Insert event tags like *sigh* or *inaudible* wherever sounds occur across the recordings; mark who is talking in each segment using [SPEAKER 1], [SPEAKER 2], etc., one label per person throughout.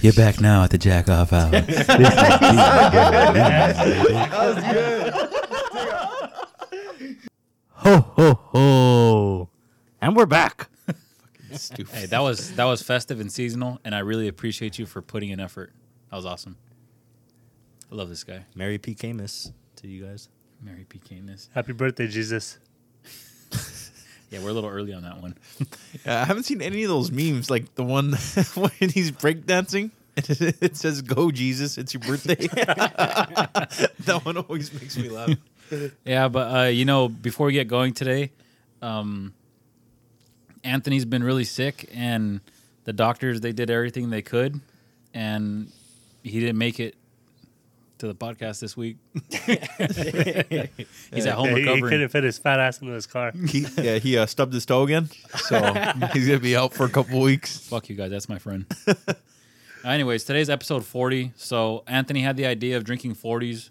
[SPEAKER 1] You're back now at the jack off hour.
[SPEAKER 2] Ho ho ho! And we're back.
[SPEAKER 3] Hey, that was that was festive and seasonal, and I really appreciate you for putting in effort. That was awesome. I love this guy,
[SPEAKER 4] Mary P. Camus to you guys.
[SPEAKER 3] Mary P. Camus.
[SPEAKER 5] Happy birthday, Jesus.
[SPEAKER 3] Yeah, we're a little early on that one.
[SPEAKER 6] Yeah, I haven't seen any of those memes. Like the one *laughs* when he's breakdancing. *laughs* It says "Go Jesus, it's your *laughs* birthday." that one always makes me laugh.
[SPEAKER 3] Yeah, but uh, you know, before we get going today, um, Anthony's been really sick, and the doctors they did everything they could, and he didn't make it to the podcast this week. *laughs* He's at home
[SPEAKER 5] Yeah, he, he
[SPEAKER 3] recovering.
[SPEAKER 5] couldn't fit his fat ass into his car.
[SPEAKER 6] He, yeah, he uh, stubbed his toe again, *laughs* so he's gonna be out for a couple weeks.
[SPEAKER 3] Fuck you guys, that's my friend. Uh, Anyways, today's episode 40. So Anthony had the idea of drinking 40s,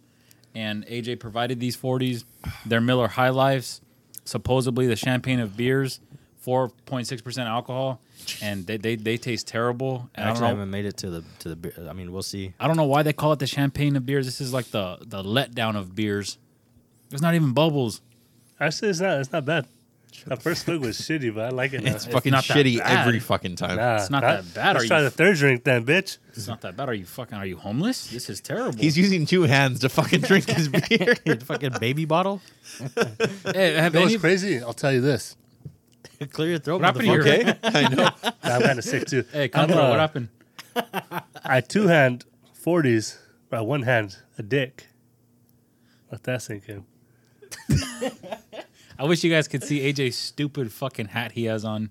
[SPEAKER 3] and AJ provided these 40s. They're Miller High Lifes, supposedly the champagne of beers, 4.6% alcohol, and they, they, they taste terrible. And I don't
[SPEAKER 4] Actually, I
[SPEAKER 3] know.
[SPEAKER 4] haven't made it to the to the. beer- I mean, we'll see.
[SPEAKER 3] I don't know why they call it the champagne of beers. This is like the the letdown of beers. There's not even bubbles.
[SPEAKER 5] Actually, it's not. It's not bad. The first swig was shitty, but I like it. Now.
[SPEAKER 6] It's fucking
[SPEAKER 3] not that
[SPEAKER 6] shitty
[SPEAKER 3] bad.
[SPEAKER 6] every fucking time.
[SPEAKER 5] *laughs* Nah,
[SPEAKER 3] it's not that bad, are
[SPEAKER 5] Let's
[SPEAKER 3] you?
[SPEAKER 5] try the third drink then, bitch.
[SPEAKER 3] It's not that bad. Are you fucking? Are you homeless? This is terrible.
[SPEAKER 6] He's using two hands to fucking
[SPEAKER 3] *laughs*
[SPEAKER 6] drink his beer.
[SPEAKER 4] fucking baby bottle.
[SPEAKER 3] Hey, have
[SPEAKER 7] You know
[SPEAKER 3] any,
[SPEAKER 7] what's crazy? I'll tell you this.
[SPEAKER 4] *laughs* Clear your throat.
[SPEAKER 3] what happened to your?
[SPEAKER 6] Okay, I know.
[SPEAKER 5] Nah, I'm kind of sick too.
[SPEAKER 3] *laughs* Hey, come
[SPEAKER 5] I'm, uh,
[SPEAKER 3] what happened?
[SPEAKER 5] I two hand forties, by one hand a dick. Let that sink in.
[SPEAKER 3] I wish you guys could see AJ's stupid fucking hat he has on.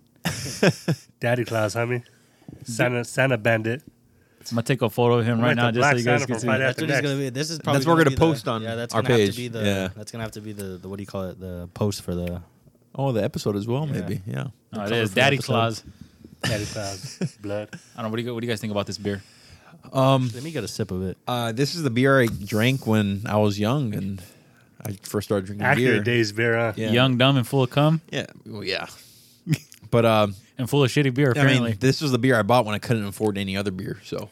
[SPEAKER 5] Daddy Claus, homie. Santa Santa Bandit.
[SPEAKER 3] I'm gonna take a photo of him right
[SPEAKER 5] Like
[SPEAKER 3] now
[SPEAKER 5] the
[SPEAKER 3] just so
[SPEAKER 5] Black
[SPEAKER 3] you guys
[SPEAKER 5] Santa
[SPEAKER 3] can
[SPEAKER 5] from
[SPEAKER 3] see. it.
[SPEAKER 5] Friday
[SPEAKER 4] That's what he's gonna be. This is probably
[SPEAKER 6] That's what we're gonna
[SPEAKER 4] be the-
[SPEAKER 6] post on
[SPEAKER 4] Yeah, that's
[SPEAKER 6] our
[SPEAKER 4] gonna have
[SPEAKER 6] page.
[SPEAKER 4] to be the.
[SPEAKER 6] Yeah.
[SPEAKER 4] That's gonna have to be the, the what do you call it? The post for the.
[SPEAKER 6] Oh, the episode as well, maybe. Yeah.
[SPEAKER 3] No, Oh, it is Daddy Claus.
[SPEAKER 5] Daddy Claus.
[SPEAKER 3] *laughs*
[SPEAKER 5] Blood.
[SPEAKER 3] I don't know. What do, you, what do you guys think about this beer?
[SPEAKER 6] Um,
[SPEAKER 4] Let me get a sip of it.
[SPEAKER 6] uh, this is the beer I drank when I was young and I first started drinking beer.
[SPEAKER 5] Accurate days beer, huh?
[SPEAKER 6] Yeah.
[SPEAKER 3] Young, dumb, and full of cum,
[SPEAKER 6] Yeah. Well, yeah. *laughs* but um,
[SPEAKER 3] and full of shitty beer.
[SPEAKER 6] I
[SPEAKER 3] Apparently,
[SPEAKER 6] mean, this was the beer I bought when I couldn't afford any other beer. So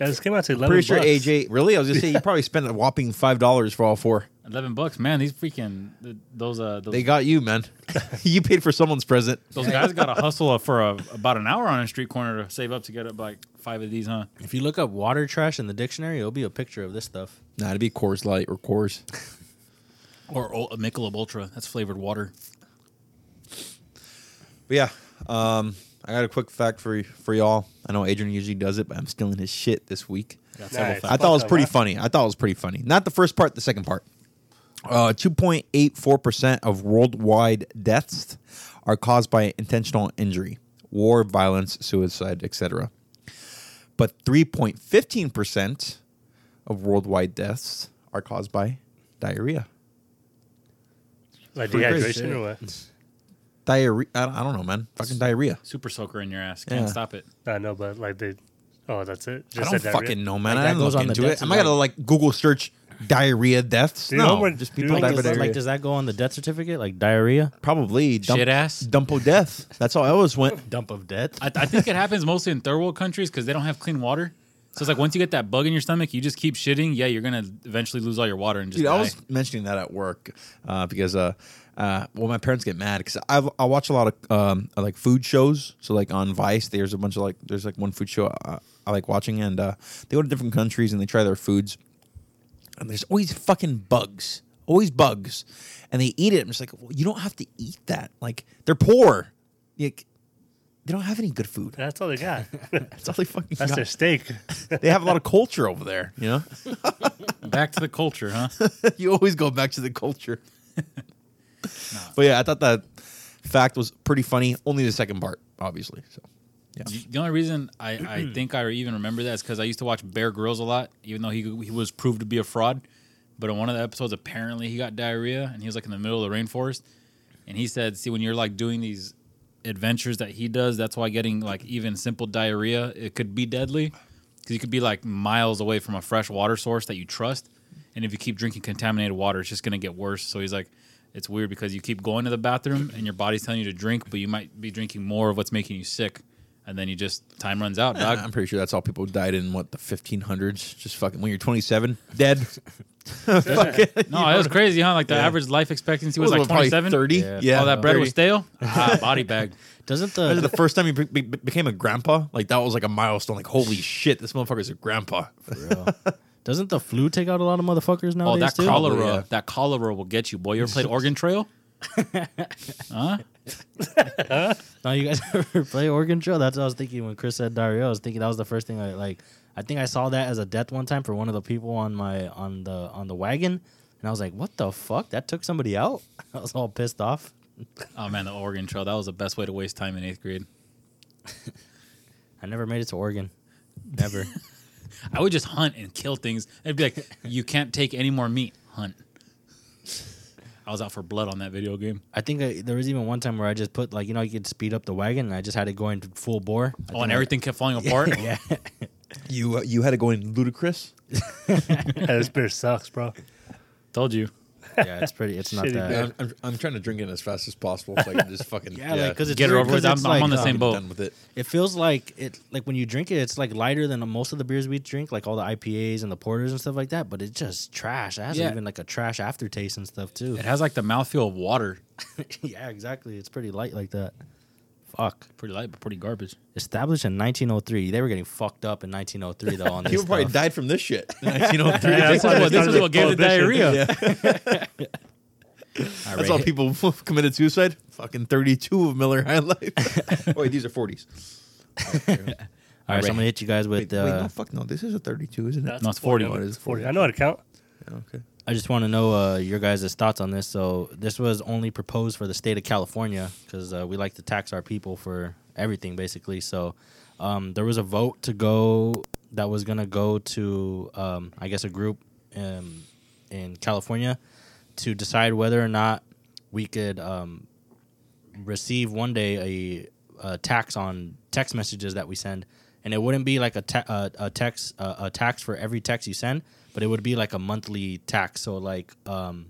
[SPEAKER 5] Yeah, this came out to eleven.
[SPEAKER 6] pretty sure
[SPEAKER 5] bucks.
[SPEAKER 6] AJ. Really, I was gonna *laughs* say you probably spent a whopping five dollars for all four.
[SPEAKER 3] eleven bucks, man. These freaking th- those uh those,
[SPEAKER 6] They got you, man. *laughs* you paid for someone's present.
[SPEAKER 3] those guys got to
[SPEAKER 6] *laughs*
[SPEAKER 3] hustle for a, about an hour on a street corner to save up to get up like five of these, huh?
[SPEAKER 4] If you look up water trash in the dictionary, it'll be a picture of this stuff.
[SPEAKER 6] Nah, it'd be Coors Light or Coors.
[SPEAKER 3] Or o- a Michelob Ultra. That's flavored water.
[SPEAKER 6] But yeah, um, I got a quick fact for y- for y'all. I know Adrian usually does it, but I'm stealing his shit this week.
[SPEAKER 5] Nice.
[SPEAKER 6] I thought it was
[SPEAKER 5] Fuck
[SPEAKER 6] pretty
[SPEAKER 5] that.
[SPEAKER 6] funny. I thought it was pretty funny. Not the first part, the second part. Uh, 2.84% of worldwide deaths are caused by intentional injury, war, violence, suicide, etc. But 3.15% of worldwide deaths are caused by diarrhea.
[SPEAKER 5] Like
[SPEAKER 6] Pretty crazy.
[SPEAKER 5] dehydration or what?
[SPEAKER 6] Diarrhea. I I don't know, man. Fucking diarrhea.
[SPEAKER 3] Super soaker in your ass. Can't
[SPEAKER 6] Yeah.
[SPEAKER 3] stop it.
[SPEAKER 5] I know, but like they. Oh, that's it.
[SPEAKER 6] I
[SPEAKER 5] said
[SPEAKER 6] don't
[SPEAKER 5] diarrhea?
[SPEAKER 6] fucking know, man.
[SPEAKER 4] Like,
[SPEAKER 6] I
[SPEAKER 4] that
[SPEAKER 6] didn't
[SPEAKER 4] goes
[SPEAKER 6] look
[SPEAKER 4] on the
[SPEAKER 6] into it.
[SPEAKER 4] deaths
[SPEAKER 6] Am
[SPEAKER 4] of
[SPEAKER 6] I gonna
[SPEAKER 4] di-
[SPEAKER 6] like Google search diarrhea deaths?
[SPEAKER 5] Do you
[SPEAKER 6] no,
[SPEAKER 5] homework-
[SPEAKER 6] just
[SPEAKER 5] do you
[SPEAKER 6] people die
[SPEAKER 5] homework is
[SPEAKER 6] by
[SPEAKER 4] Does that, *laughs*
[SPEAKER 6] diarrhea.
[SPEAKER 4] like, does that go on the death certificate? Like diarrhea?
[SPEAKER 6] Probably dump,
[SPEAKER 3] Shit ass?
[SPEAKER 6] dumpo death. That's how I always went.
[SPEAKER 4] Dump of death?
[SPEAKER 3] I, I think it happens mostly in third world countries because they don't have clean water. So it's like once you get that bug in your stomach, you just keep shitting. Yeah, you're gonna eventually lose all your water and just
[SPEAKER 6] Dude,
[SPEAKER 3] die.
[SPEAKER 6] I was mentioning that at work uh, because, uh, uh, well, my parents get mad because I I watch a lot of um, uh, like food shows. So like on Vice, there's a bunch of like there's like one food show I, I like watching, and uh, they go to different countries and they try their foods, and there's always fucking bugs, always bugs, and they eat it. I'm just like, well, you don't have to eat that. Like they're poor, like they don't have any good
[SPEAKER 5] *laughs*
[SPEAKER 6] food.
[SPEAKER 5] That's all they got.
[SPEAKER 6] That's all they fucking.
[SPEAKER 5] That's
[SPEAKER 6] got.
[SPEAKER 5] their steak. *laughs*
[SPEAKER 6] they have a lot of culture over there. You know,
[SPEAKER 3] Back to the culture, huh?
[SPEAKER 6] *laughs* you always go back to the *laughs* culture. But yeah, I thought that fact was pretty funny. Only the second part, obviously. *laughs* So
[SPEAKER 3] the only reason I, I think I even remember that is because I used to watch Bear Grylls a lot, even though he he was proved to be a fraud. But in one of the episodes, apparently he got diarrhea and he was like in the middle of the rainforest, and he said, "See, when you're like doing these adventures that he does, that's why getting like even simple diarrhea it could be deadly, because you could be like miles away from a fresh water source that you trust, and if you keep drinking contaminated water, it's just gonna get worse." So he's like. It's weird because you keep going to the bathroom and your body's telling you to drink, but you might be drinking more of what's making you sick. and then you just time runs out,
[SPEAKER 6] *laughs* I-
[SPEAKER 3] dog.
[SPEAKER 6] I'm pretty sure that's all people died in what the 1500s. Just fucking when you're 27, *laughs* dead. Fucking-
[SPEAKER 3] No, it was crazy, huh? Like the average life expectancy was, like
[SPEAKER 6] probably
[SPEAKER 3] 27,
[SPEAKER 6] 30.
[SPEAKER 4] Yeah.
[SPEAKER 6] Yeah,
[SPEAKER 3] All that bread
[SPEAKER 6] 30.
[SPEAKER 3] was
[SPEAKER 6] *laughs*
[SPEAKER 3] stale. Ah, body bag.
[SPEAKER 4] Doesn't
[SPEAKER 6] Imagine
[SPEAKER 4] the
[SPEAKER 6] the first time he be- be- became a grandpa. Like that was like a milestone. Like *laughs* holy shit, this motherfucker's a grandpa.
[SPEAKER 4] doesn't the flu take out a lot of motherfuckers
[SPEAKER 3] Oh,
[SPEAKER 4] nowadays
[SPEAKER 3] that
[SPEAKER 4] too?
[SPEAKER 3] cholera,
[SPEAKER 6] Probably, yeah.
[SPEAKER 3] that cholera will get you, boy. You ever
[SPEAKER 6] *laughs*
[SPEAKER 3] played Organ Trail?
[SPEAKER 4] Now you guys *laughs* ever play Organ Trail? That's what I was thinking when Chris said Dario. I was thinking that was the first thing I like. I think I saw that as a death one time for one of the people on my on the on the wagon, and I was like, "What the fuck? That took somebody out." *laughs* I was all pissed off.
[SPEAKER 3] Oh man, the Oregon Trail. That was the best way to waste time in eighth grade.
[SPEAKER 4] I never made it to Oregon, never.
[SPEAKER 3] *laughs* I would just hunt and kill things. I'd be like, *laughs* you can't take any more meat. Hunt. I was out for blood on that video game.
[SPEAKER 4] I think I, there was even one time where I just put like you know you could speed up the wagon, and I just had it going full bore. I
[SPEAKER 3] Oh,
[SPEAKER 4] think
[SPEAKER 3] and
[SPEAKER 4] I-
[SPEAKER 3] everything kept falling apart.
[SPEAKER 4] Yeah,
[SPEAKER 6] *laughs* You uh, you had it going ludicrous.
[SPEAKER 5] Yeah, this beer sucks, bro.
[SPEAKER 3] Told you.
[SPEAKER 4] yeah, it's pretty.
[SPEAKER 5] *laughs*
[SPEAKER 4] It's not
[SPEAKER 5] Shitty
[SPEAKER 4] that.
[SPEAKER 5] bit.
[SPEAKER 6] I'm, I'm, I'm trying to drink it as fast as possible so I can *laughs* just fucking
[SPEAKER 4] Yeah, like because it's
[SPEAKER 3] Get it
[SPEAKER 4] weird
[SPEAKER 3] over with.
[SPEAKER 4] 'cause
[SPEAKER 3] I'm-
[SPEAKER 4] it's
[SPEAKER 3] I'm on the
[SPEAKER 4] uh,
[SPEAKER 3] same boat.
[SPEAKER 6] done with it.
[SPEAKER 4] It feels like it like when you drink it, it's like lighter than most of the beers we drink, like all the IPAs and the porters and stuff like that. But it's just trash. It has
[SPEAKER 3] Yeah.
[SPEAKER 4] even like a trash aftertaste and stuff too.
[SPEAKER 3] It has like the mouthfeel of water.
[SPEAKER 4] *laughs* yeah, exactly. It's pretty light like that. Fuck.
[SPEAKER 3] Pretty light, but pretty garbage.
[SPEAKER 4] Established in 1903, they were getting fucked up in 1903
[SPEAKER 6] *laughs*
[SPEAKER 4] though. On this
[SPEAKER 6] People probably
[SPEAKER 4] stuff.
[SPEAKER 6] died from this *laughs* shit. in 1903.
[SPEAKER 5] Yeah,
[SPEAKER 3] This is
[SPEAKER 5] that's
[SPEAKER 3] what,
[SPEAKER 5] why they
[SPEAKER 3] this is
[SPEAKER 5] started
[SPEAKER 3] what gave the
[SPEAKER 5] prohibition.
[SPEAKER 3] diarrhea.
[SPEAKER 6] That's all people *laughs* committed suicide. Fucking 32 of Miller High Life. *laughs* Wait, these are 40s.
[SPEAKER 4] All right, so I'm gonna hit you guys
[SPEAKER 6] Wait,
[SPEAKER 4] with.
[SPEAKER 6] wait,
[SPEAKER 4] uh,
[SPEAKER 6] no, fuck no. This is a 32, isn't it?
[SPEAKER 5] That's
[SPEAKER 3] No, it's 40.
[SPEAKER 5] What
[SPEAKER 6] It
[SPEAKER 5] is
[SPEAKER 6] is
[SPEAKER 5] 40. I know how to count.
[SPEAKER 6] Yeah, okay.
[SPEAKER 4] I just want to know uh, your guys' thoughts on this. So this was only proposed for the state of California because uh, we like to tax our people for everything, basically. So um, there was a vote to go that was gonna go to, um, I guess, a group um, in California to decide whether or not we could um, receive one day a, a tax on text messages that we send, and it wouldn't be like a ta- uh, a text uh, a tax for every text you send, but it would be like a monthly tax. So like um,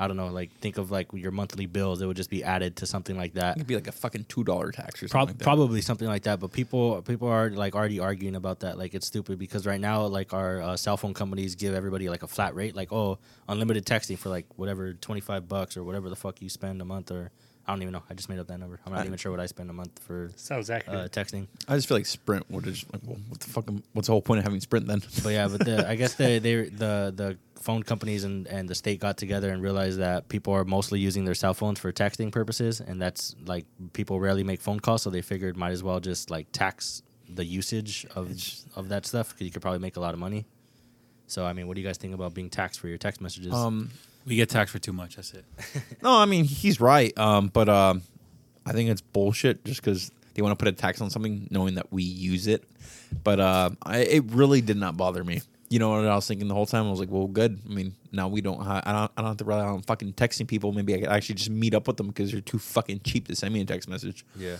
[SPEAKER 4] I don't know, like think of like your monthly bills. It would just be added to something like that.
[SPEAKER 6] It could be like a fucking $2 tax or something.
[SPEAKER 4] Prob-
[SPEAKER 6] like that.
[SPEAKER 4] probably something like that. But people people are like already arguing about that. Like it's stupid because right now like our uh, cell phone companies give everybody like a flat rate, like oh unlimited texting for like whatever twenty five bucks or whatever the fuck you spend a month or I don't even know. I just made up that number. I'm not even sure what I spend a month for
[SPEAKER 5] Sounds
[SPEAKER 4] uh,
[SPEAKER 5] accurate.
[SPEAKER 4] texting.
[SPEAKER 6] I just feel like Sprint would just like, well, what the fuck? am- What's the whole point of having Sprint then?
[SPEAKER 4] But yeah, but the, I guess the they the the phone companies and, and the state got together and realized that people are mostly using their cell phones for texting purposes, and that's like people rarely make phone calls, so they figured might as well just like tax the usage of of that stuff because you could probably make a lot of money. So I mean, what do you guys think about being taxed for your text messages?
[SPEAKER 6] Um,
[SPEAKER 3] We get taxed for too much. That's it.
[SPEAKER 6] no, I mean he's right. Um, but um, I think it's bullshit just because they want to put a tax on something knowing that we use it. But uh, I, it really did not bother me. You know what I was thinking the whole time? I was like, well, good. I mean, now we don't. Ha- I don't. I don't have to rely on fucking texting people. Maybe I could actually just meet up with them because they're too fucking cheap to send me a text message.
[SPEAKER 4] yeah,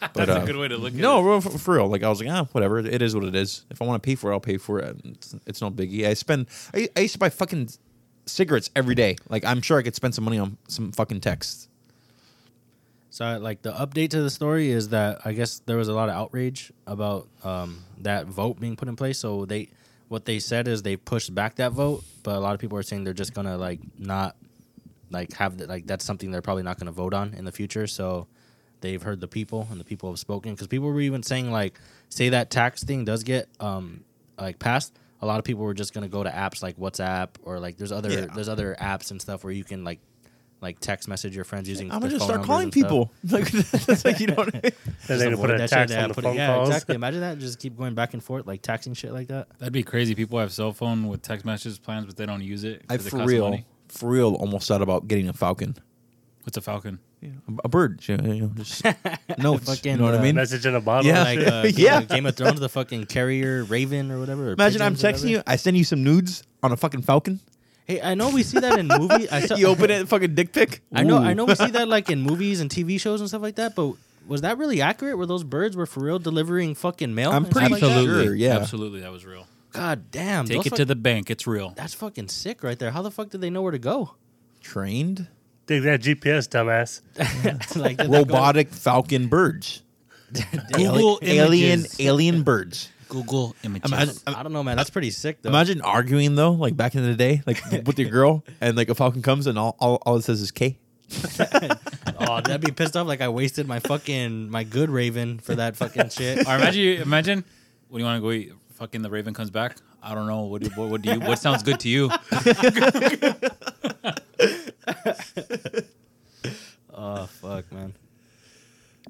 [SPEAKER 6] But,
[SPEAKER 3] That's
[SPEAKER 6] uh,
[SPEAKER 3] a good way to look at it.
[SPEAKER 6] No, for, for real. Like I was like, ah, whatever. It is what it is. If I want to pay for it, I'll pay for it. It's, it's no biggie. I spend. I, I used to buy fucking cigarettes every day. Like I'm sure I could spend some money on some fucking texts.
[SPEAKER 4] So, I- like, the update to the story is that I guess there was a lot of outrage about um, that vote being put in place. So they, what they said is they pushed back that vote, but a lot of people are saying they're just gonna like not, like have that like that's something they're probably not gonna vote on in the future. So they've heard the people and the people have spoken because people were even saying like, say that tax thing does get um like passed. A lot of people were just gonna go to apps like WhatsApp or like there's other
[SPEAKER 6] Yeah.
[SPEAKER 4] there's other apps and stuff where you can like like text message your friends using.
[SPEAKER 6] I'm
[SPEAKER 4] their
[SPEAKER 6] gonna just
[SPEAKER 4] phone
[SPEAKER 6] start
[SPEAKER 4] numbers
[SPEAKER 6] calling
[SPEAKER 4] and stuff.
[SPEAKER 6] people. *laughs* Like that's like you know. What I mean?
[SPEAKER 5] Then
[SPEAKER 4] Just
[SPEAKER 5] they can put
[SPEAKER 4] avoid
[SPEAKER 5] a
[SPEAKER 4] that
[SPEAKER 5] tax
[SPEAKER 4] shit,
[SPEAKER 5] on
[SPEAKER 4] yeah,
[SPEAKER 5] the
[SPEAKER 4] put it-
[SPEAKER 5] phone
[SPEAKER 4] yeah,
[SPEAKER 5] calls.
[SPEAKER 4] exactly. Imagine that. Just keep going back and forth, like taxing shit like that.
[SPEAKER 3] That'd be crazy. People have cell phone with text message plans, but they don't use it. 'cause
[SPEAKER 6] I
[SPEAKER 3] it
[SPEAKER 6] for
[SPEAKER 3] costs
[SPEAKER 6] real,
[SPEAKER 3] money.
[SPEAKER 6] for real, almost thought about getting a falcon,
[SPEAKER 3] What's a Falcon?
[SPEAKER 6] yeah. a, a bird. You know, you know, just no,
[SPEAKER 4] Fucking,
[SPEAKER 6] you know what
[SPEAKER 4] uh,
[SPEAKER 6] I mean.
[SPEAKER 5] *laughs* Message in a bottle.
[SPEAKER 6] Yeah.
[SPEAKER 4] Like, uh,
[SPEAKER 6] Yeah.
[SPEAKER 4] Game- Game of Thrones, the fucking carrier raven or whatever. or
[SPEAKER 6] Imagine I'm
[SPEAKER 4] pigeons or
[SPEAKER 6] texting you.
[SPEAKER 4] whatever.
[SPEAKER 6] I send you some nudes on a fucking falcon.
[SPEAKER 4] Hey, I know we see that in movies.
[SPEAKER 6] *laughs*
[SPEAKER 4] I saw,
[SPEAKER 6] you open it, fucking dick pic.
[SPEAKER 4] I know, I
[SPEAKER 6] Ooh.
[SPEAKER 4] know we see that like
[SPEAKER 6] *laughs*
[SPEAKER 4] in movies and TV shows and stuff like that. But was that really accurate? Were those birds were for real delivering fucking mail?
[SPEAKER 6] I'm
[SPEAKER 4] and stuff
[SPEAKER 6] pretty
[SPEAKER 4] like that?
[SPEAKER 6] sure. Yeah.
[SPEAKER 3] absolutely. That was real.
[SPEAKER 4] God damn.
[SPEAKER 3] Take
[SPEAKER 4] those
[SPEAKER 3] it
[SPEAKER 4] fuck-
[SPEAKER 3] to the bank. It's real.
[SPEAKER 4] That's fucking sick right there. How the fuck did they know where to go? *laughs*
[SPEAKER 6] Trained.
[SPEAKER 5] Dig that GPS, dumbass.
[SPEAKER 4] like did they go-
[SPEAKER 6] robotic falcon birds. Google alien
[SPEAKER 3] images.
[SPEAKER 6] alien birds.
[SPEAKER 3] Google images.
[SPEAKER 6] Imagine-
[SPEAKER 4] I don't know, man. That's pretty sick, though.
[SPEAKER 6] Imagine arguing though, like back in the day, *laughs* like with your girl, and like a falcon comes and all, all, all it says is K.
[SPEAKER 4] oh, that'd be pissed off. Like I wasted my fucking my good Raven for that
[SPEAKER 3] *laughs*
[SPEAKER 4] fucking shit.
[SPEAKER 3] or imagine, you, imagine, what do you want to go eat? Fucking the Raven comes back. I don't know. What do you, what, what do you? What sounds good to *laughs* you?
[SPEAKER 4] Oh fuck, man.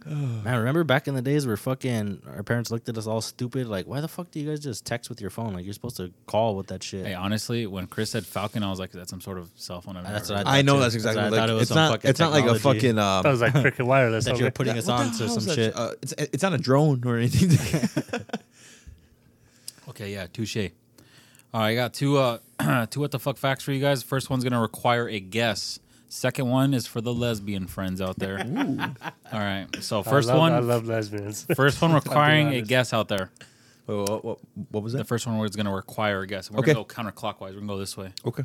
[SPEAKER 4] Man, remember back in the days where fucking our parents looked at us all stupid, like, why the fuck do you guys just text with your phone? Like, you're supposed to call with that shit.
[SPEAKER 3] Hey, honestly, when Chris said Falcon, I was like, that's some sort of cell phone. I've
[SPEAKER 4] That's
[SPEAKER 3] never
[SPEAKER 4] what
[SPEAKER 3] heard
[SPEAKER 4] I know that's
[SPEAKER 6] exactly.
[SPEAKER 4] I thought it was
[SPEAKER 6] it's
[SPEAKER 4] some
[SPEAKER 6] not.
[SPEAKER 4] fucking
[SPEAKER 6] It's not like a
[SPEAKER 4] technology.
[SPEAKER 6] fucking. Um,
[SPEAKER 5] *laughs* That was like freaking wireless.
[SPEAKER 4] that
[SPEAKER 5] I'm
[SPEAKER 4] you're
[SPEAKER 5] like,
[SPEAKER 4] putting us
[SPEAKER 6] what the
[SPEAKER 4] on to
[SPEAKER 6] hell
[SPEAKER 4] some
[SPEAKER 6] is that?
[SPEAKER 4] shit.
[SPEAKER 6] Uh, it's it's not a drone or anything.
[SPEAKER 3] of. Okay, yeah, touche. All right, I got two uh *clears throat* two what the fuck facts for you guys. First one's gonna require a guess. Second one is for the lesbian friends out there. *laughs* All right, so
[SPEAKER 5] I
[SPEAKER 3] first
[SPEAKER 5] love-
[SPEAKER 3] one,
[SPEAKER 5] I love lesbians.
[SPEAKER 3] *laughs*
[SPEAKER 5] *laughs*
[SPEAKER 3] first one requiring a
[SPEAKER 5] honest.
[SPEAKER 3] guess out there.
[SPEAKER 6] *laughs* Wait, what, what, what was
[SPEAKER 3] The
[SPEAKER 6] that?
[SPEAKER 3] first one is gonna require a guess. We're
[SPEAKER 6] Okay.
[SPEAKER 3] gonna go counterclockwise. We're gonna go this way.
[SPEAKER 6] *laughs* Okay.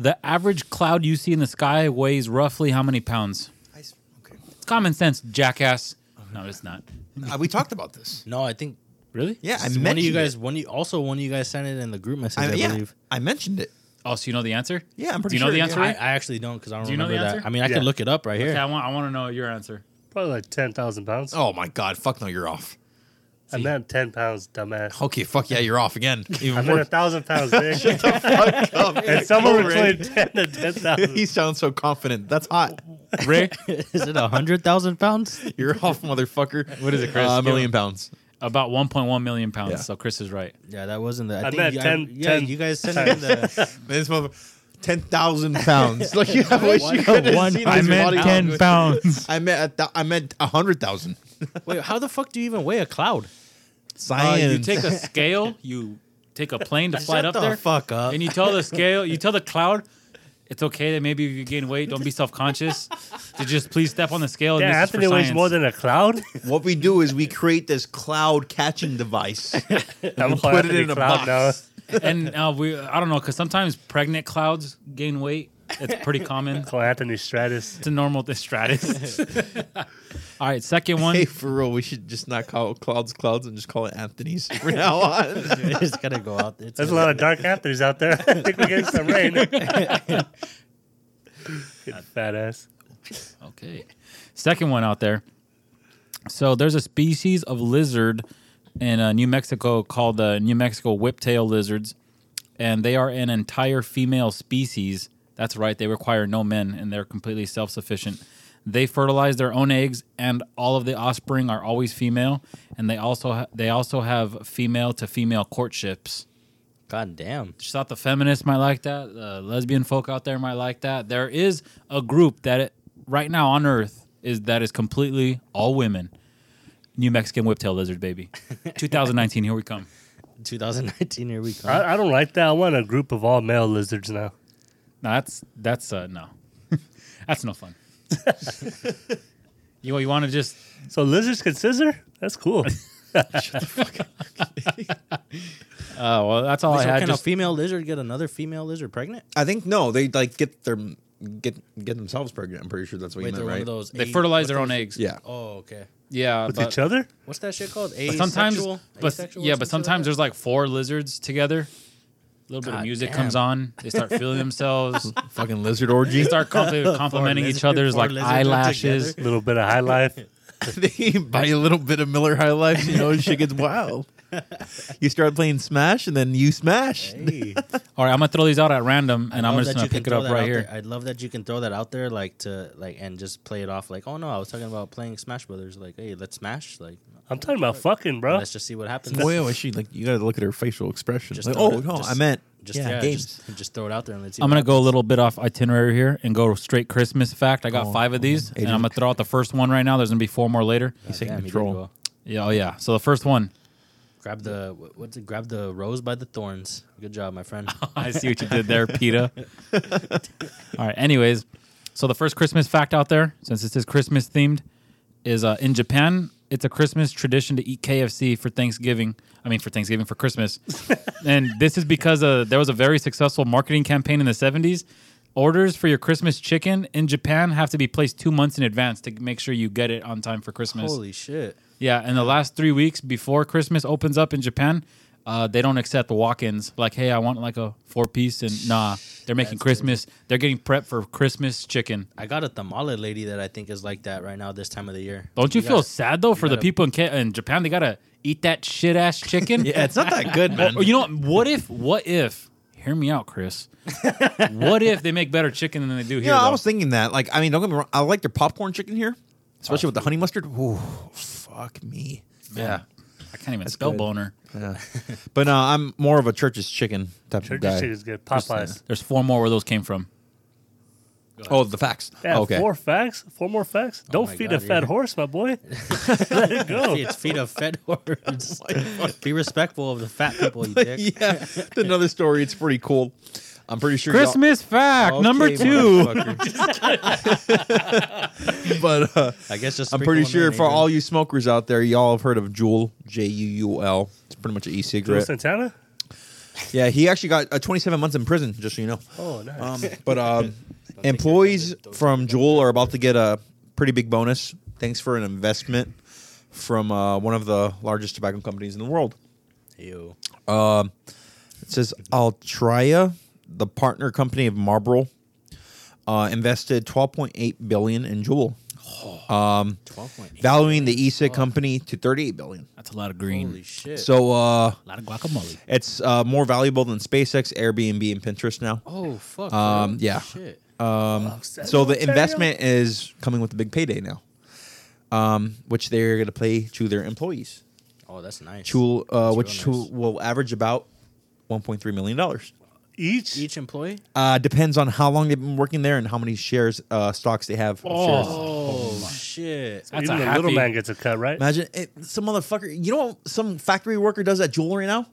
[SPEAKER 3] The average cloud you see in the sky weighs roughly how many pounds? It's common sense, jackass. No, it's not.
[SPEAKER 6] Uh, we talked about *laughs* this.
[SPEAKER 4] No, I think
[SPEAKER 3] Really?
[SPEAKER 6] Yeah, I
[SPEAKER 4] one of
[SPEAKER 6] mentioned
[SPEAKER 4] you guys,
[SPEAKER 6] It.
[SPEAKER 4] one of you, also one of you guys sent it in the group message, I,
[SPEAKER 6] I, yeah,
[SPEAKER 4] believe.
[SPEAKER 6] I mentioned it.
[SPEAKER 3] Oh, so you know the answer?
[SPEAKER 6] Yeah, I'm
[SPEAKER 3] Do
[SPEAKER 6] pretty
[SPEAKER 3] you know
[SPEAKER 6] sure,
[SPEAKER 3] the
[SPEAKER 6] yeah.
[SPEAKER 3] answer?
[SPEAKER 4] I, I
[SPEAKER 3] Right?
[SPEAKER 4] actually don't because I don't
[SPEAKER 3] Do you know
[SPEAKER 4] remember
[SPEAKER 3] the
[SPEAKER 4] that.
[SPEAKER 3] answer?
[SPEAKER 4] I mean, I
[SPEAKER 5] Yeah.
[SPEAKER 4] can look it up right here.
[SPEAKER 3] Okay, I want I want to know your *laughs* answer.
[SPEAKER 5] Probably like 10,000 pounds.
[SPEAKER 6] Oh my god! Fuck no, you're off.
[SPEAKER 5] I meant 10 pounds, dumbass.
[SPEAKER 6] Okay, fuck yeah, you're
[SPEAKER 4] *laughs*
[SPEAKER 6] off again.
[SPEAKER 5] I
[SPEAKER 6] Even
[SPEAKER 5] meant
[SPEAKER 6] more. *laughs*
[SPEAKER 5] 1,000 pounds, dick. and someone between 10 and 10,000.
[SPEAKER 6] *laughs* he sounds so confident. That's hot.
[SPEAKER 3] *laughs* Rick,
[SPEAKER 4] *laughs* Is it a hundred thousand pounds?
[SPEAKER 6] You're off, motherfucker. What is it,
[SPEAKER 3] Chris?
[SPEAKER 6] A million pounds.
[SPEAKER 3] about 1.1 million pounds.
[SPEAKER 6] Yeah.
[SPEAKER 3] So Chris is *laughs* right.
[SPEAKER 4] Yeah, that wasn't the. I,
[SPEAKER 5] I
[SPEAKER 4] think
[SPEAKER 5] meant
[SPEAKER 4] you,
[SPEAKER 5] 10
[SPEAKER 4] yeah,
[SPEAKER 5] 10
[SPEAKER 4] you guys sent in the.
[SPEAKER 6] This mother, ten *laughs* thousand pounds. like I wish you could have
[SPEAKER 4] One-
[SPEAKER 6] seen
[SPEAKER 4] I
[SPEAKER 6] his
[SPEAKER 4] meant
[SPEAKER 6] body
[SPEAKER 4] 10
[SPEAKER 3] *laughs*
[SPEAKER 6] language.
[SPEAKER 3] pounds.
[SPEAKER 6] I meant a thou- I meant a hundred thousand.
[SPEAKER 4] Wait, how the fuck do you even weigh a cloud?
[SPEAKER 6] Science.
[SPEAKER 3] Uh, you take a scale, you take a plane to fly
[SPEAKER 4] Shut
[SPEAKER 3] up
[SPEAKER 4] *laughs* the
[SPEAKER 3] there,
[SPEAKER 4] fuck up.
[SPEAKER 3] and you tell the scale, you tell the cloud, it's okay that maybe you gain weight. Don't be self conscious. To just please step on the scale.
[SPEAKER 5] Yeah,
[SPEAKER 3] and this is for
[SPEAKER 5] Anthony weighs
[SPEAKER 3] science.
[SPEAKER 5] more than a cloud.
[SPEAKER 6] *laughs* what we do is we create this cloud catching *laughs* device.
[SPEAKER 5] I'm
[SPEAKER 6] put it in a box.
[SPEAKER 3] and uh, we I don't know because sometimes pregnant clouds gain weight. It's pretty common.
[SPEAKER 5] Call Anthony Stratus.
[SPEAKER 3] It's a normal thing, stratus. All right, second one.
[SPEAKER 6] hey, for real, we should just not call it clouds clouds and just call it Anthony's *laughs* from now on.
[SPEAKER 4] *laughs* it's gonna go out. It's
[SPEAKER 5] There's a lot of dark Anthony's out there. *laughs* I think we're getting some
[SPEAKER 6] *laughs*
[SPEAKER 5] rain. Fat ass.
[SPEAKER 3] Okay, second one out there. So there's a species of lizard in uh, New Mexico called the New Mexico whiptail lizards, and they are an entire female species. That's right, they require no men, and they're completely self-sufficient. They fertilize their own eggs, and all of the offspring are always female. And they also ha- they also have female to female courtships.
[SPEAKER 4] God damn.
[SPEAKER 3] just thought the feminists might like that. The lesbian folk out there might like that. There is a group that it, right now on Earth is that is completely all women. New Mexican whiptail lizard baby, 2019. Here we come.
[SPEAKER 4] 2019, here we come.
[SPEAKER 5] I, I don't like that. I want a group of all male lizards now.
[SPEAKER 3] No, that's that's uh, no, *laughs* that's no
[SPEAKER 4] *laughs*
[SPEAKER 3] fun. you you want to just
[SPEAKER 5] So lizards can scissor? That's cool.
[SPEAKER 3] uh, well that's all I
[SPEAKER 4] So
[SPEAKER 3] had.
[SPEAKER 4] can a
[SPEAKER 3] Just,
[SPEAKER 4] female lizard get another female lizard pregnant?
[SPEAKER 6] I think no, they like get their get get themselves pregnant. I'm pretty sure that's what
[SPEAKER 4] Wait,
[SPEAKER 6] you
[SPEAKER 4] they're
[SPEAKER 6] meant,
[SPEAKER 4] one
[SPEAKER 6] right?
[SPEAKER 4] of those.
[SPEAKER 3] they
[SPEAKER 4] a-
[SPEAKER 3] fertilize
[SPEAKER 4] what's
[SPEAKER 3] their own
[SPEAKER 4] those-
[SPEAKER 3] eggs.
[SPEAKER 6] Yeah.
[SPEAKER 4] Oh, okay.
[SPEAKER 3] yeah.
[SPEAKER 5] With
[SPEAKER 3] but,
[SPEAKER 5] each other?
[SPEAKER 4] What's that shit called?
[SPEAKER 3] but
[SPEAKER 4] Asexual?
[SPEAKER 3] sometimes, but
[SPEAKER 4] Asexual or
[SPEAKER 3] yeah,
[SPEAKER 4] some
[SPEAKER 3] but
[SPEAKER 4] shit like
[SPEAKER 3] sometimes
[SPEAKER 4] that?
[SPEAKER 3] there's like four lizards together. A little bit
[SPEAKER 4] God
[SPEAKER 3] of music
[SPEAKER 4] damn.
[SPEAKER 3] comes on. They start
[SPEAKER 4] *laughs*
[SPEAKER 3] feeling themselves.
[SPEAKER 6] *laughs* Fucking lizard
[SPEAKER 3] They
[SPEAKER 6] orgy.
[SPEAKER 3] start compli- complimenting each
[SPEAKER 4] lizard-
[SPEAKER 3] other's
[SPEAKER 4] poor
[SPEAKER 3] like
[SPEAKER 4] lizards are
[SPEAKER 3] eyelashes.
[SPEAKER 5] A little bit of high life.
[SPEAKER 6] *laughs* they buy a little bit of Miller High Life, you know, shit gets
[SPEAKER 4] *laughs*
[SPEAKER 6] wild. You start playing Smash, and then you smash.
[SPEAKER 4] Hey.
[SPEAKER 3] All right, I'm gonna throw these out at random, *laughs* and I'm
[SPEAKER 4] Love
[SPEAKER 3] just
[SPEAKER 4] that
[SPEAKER 3] gonna
[SPEAKER 4] you can
[SPEAKER 3] pick it
[SPEAKER 4] throw
[SPEAKER 3] up
[SPEAKER 4] that
[SPEAKER 3] right
[SPEAKER 4] out
[SPEAKER 3] here.
[SPEAKER 4] there. I'd love that you can throw that out there, like to like, and just play it off like, oh no, I was talking about playing Smash Brothers. Like, hey, let's smash. Like,
[SPEAKER 5] I'm talking about fucking, bro.
[SPEAKER 4] let's just see what *laughs* happens.
[SPEAKER 6] Boy, oh, she like you gotta look at her facial expression.
[SPEAKER 4] Just
[SPEAKER 6] Like,
[SPEAKER 4] throw
[SPEAKER 6] oh
[SPEAKER 4] it-
[SPEAKER 6] no,
[SPEAKER 4] just-
[SPEAKER 6] I meant
[SPEAKER 4] Just
[SPEAKER 6] yeah,
[SPEAKER 4] yeah,
[SPEAKER 6] games.
[SPEAKER 4] Just, just throw it out there and let's. See
[SPEAKER 3] I'm
[SPEAKER 4] what
[SPEAKER 3] gonna go a
[SPEAKER 4] happens.
[SPEAKER 3] little bit off itinerary here and go straight Christmas fact. I got
[SPEAKER 6] Oh,
[SPEAKER 3] five of these, and
[SPEAKER 6] Agent-
[SPEAKER 3] I'm gonna throw out the first one right now. There's gonna be four more later.
[SPEAKER 6] He's taking
[SPEAKER 4] Damn, he did
[SPEAKER 6] control.
[SPEAKER 4] go.
[SPEAKER 3] Yeah, oh yeah. So the first one,
[SPEAKER 4] Grab the wh- what's it? Grab the rose by the thorns. Good job, my
[SPEAKER 3] *laughs*
[SPEAKER 4] friend.
[SPEAKER 3] I see what you did there, PETA. All right. Anyways, so the first Christmas fact out there, since this is Christmas themed, is uh, in Japan, it's a Christmas tradition to eat KFC for Thanksgiving. I mean, for Thanksgiving, for Christmas. and this is because uh, there was a very successful marketing campaign in the 70s. Orders for your Christmas chicken in Japan have to be placed two months in advance to make sure you get it on time for Christmas.
[SPEAKER 4] Holy shit!
[SPEAKER 3] Yeah, and the last three weeks before Christmas opens up in Japan, uh, they don't accept walk-ins. Like, hey, I want like a four-piece, and nah, they're making Christmas. They're getting prep for Christmas chicken.
[SPEAKER 4] I got a tamale lady that I think is like that right now this time of the year.
[SPEAKER 6] Oh,
[SPEAKER 3] Don't you, feel
[SPEAKER 4] gotta-
[SPEAKER 3] sad though for the
[SPEAKER 4] gotta-
[SPEAKER 3] people in, Ca- in Japan? They gotta eat that shit ass chicken. *laughs*
[SPEAKER 6] Yeah, it's not that
[SPEAKER 4] *laughs*
[SPEAKER 6] good, man.
[SPEAKER 4] Oh,
[SPEAKER 3] Or you know what? What if? What if? Hear me out, Chris. what if they make better chicken than they do here?
[SPEAKER 6] Yeah, I
[SPEAKER 3] though?
[SPEAKER 6] was thinking that. Like, I mean, don't get me wrong. I like their popcorn chicken here, especially with the honey mustard. Ooh, fuck me.
[SPEAKER 3] yeah. I can't even spell
[SPEAKER 6] good.
[SPEAKER 3] boner.
[SPEAKER 6] Yeah. *laughs* but no, I'm more of a church's chicken type of
[SPEAKER 5] Church's
[SPEAKER 6] guy.
[SPEAKER 5] chicken's good.
[SPEAKER 6] Just saying.
[SPEAKER 5] Popeyes.
[SPEAKER 3] There's four more where those came from.
[SPEAKER 6] Oh, the facts.
[SPEAKER 5] Yeah,
[SPEAKER 6] okay. *laughs*
[SPEAKER 5] four facts, four more facts. Don't
[SPEAKER 4] my
[SPEAKER 5] feed a
[SPEAKER 4] God,
[SPEAKER 5] fed
[SPEAKER 4] yeah.
[SPEAKER 5] horse, my boy. *laughs* Let it go.
[SPEAKER 4] It's feet *laughs* of fed *laughs* horse. Be respectful of the fat people, *laughs* you dick.
[SPEAKER 6] yeah, another story. It's pretty cool. I'm pretty sure. y'all-
[SPEAKER 3] Christmas fact
[SPEAKER 6] Okay,
[SPEAKER 3] number two.
[SPEAKER 6] motherfucker. *laughs* but uh,
[SPEAKER 4] I guess just.
[SPEAKER 6] I'm pretty
[SPEAKER 4] sprinkle
[SPEAKER 6] sure
[SPEAKER 4] them
[SPEAKER 6] for
[SPEAKER 4] in,
[SPEAKER 6] all you smokers out there, y'all have heard of Juul, J U U L. It's pretty much an
[SPEAKER 5] Joe
[SPEAKER 6] e-cigarette.
[SPEAKER 5] Santana?
[SPEAKER 6] Yeah, he actually got uh, 27 months in prison. Just so you know.
[SPEAKER 5] Oh, nice.
[SPEAKER 6] Um, but um, employees from Juul are about to get a pretty big bonus thanks for an investment from uh, one of the largest tobacco companies in the world.
[SPEAKER 4] Ew.
[SPEAKER 6] Um, it says Altria, the partner company of Marlboro, uh, invested 12.8 billion in Juul, um,
[SPEAKER 4] 12.8.
[SPEAKER 6] valuing the e-cig company to 38 billion.
[SPEAKER 3] That's a lot of green.
[SPEAKER 4] Holy shit.
[SPEAKER 6] So uh,
[SPEAKER 3] A lot of guacamole.
[SPEAKER 6] it's uh, more valuable than SpaceX, Airbnb, and Pinterest now.
[SPEAKER 4] oh fuck.
[SPEAKER 6] Um,
[SPEAKER 4] bro.
[SPEAKER 6] yeah.
[SPEAKER 4] Shit.
[SPEAKER 6] Um,
[SPEAKER 5] Fuck,
[SPEAKER 6] so the
[SPEAKER 5] Ontario.
[SPEAKER 6] investment is coming with a big payday now, um, which they're going to pay to their employees,
[SPEAKER 4] Oh, that's nice.
[SPEAKER 6] Juul, uh,
[SPEAKER 4] That's
[SPEAKER 6] which
[SPEAKER 4] real nice.
[SPEAKER 6] Juul will average about 1.3 million dollars.
[SPEAKER 5] Each?
[SPEAKER 4] Each employee.
[SPEAKER 6] Uh, depends on how long they've been working there and how many shares, uh, stocks they have. of Shares.
[SPEAKER 4] Oh, shit.
[SPEAKER 3] That's
[SPEAKER 5] Even
[SPEAKER 3] a
[SPEAKER 5] the little
[SPEAKER 3] happy-
[SPEAKER 5] man gets a cut, right?
[SPEAKER 6] Imagine it, some motherfucker. You know, what some factory worker does that jewelry now.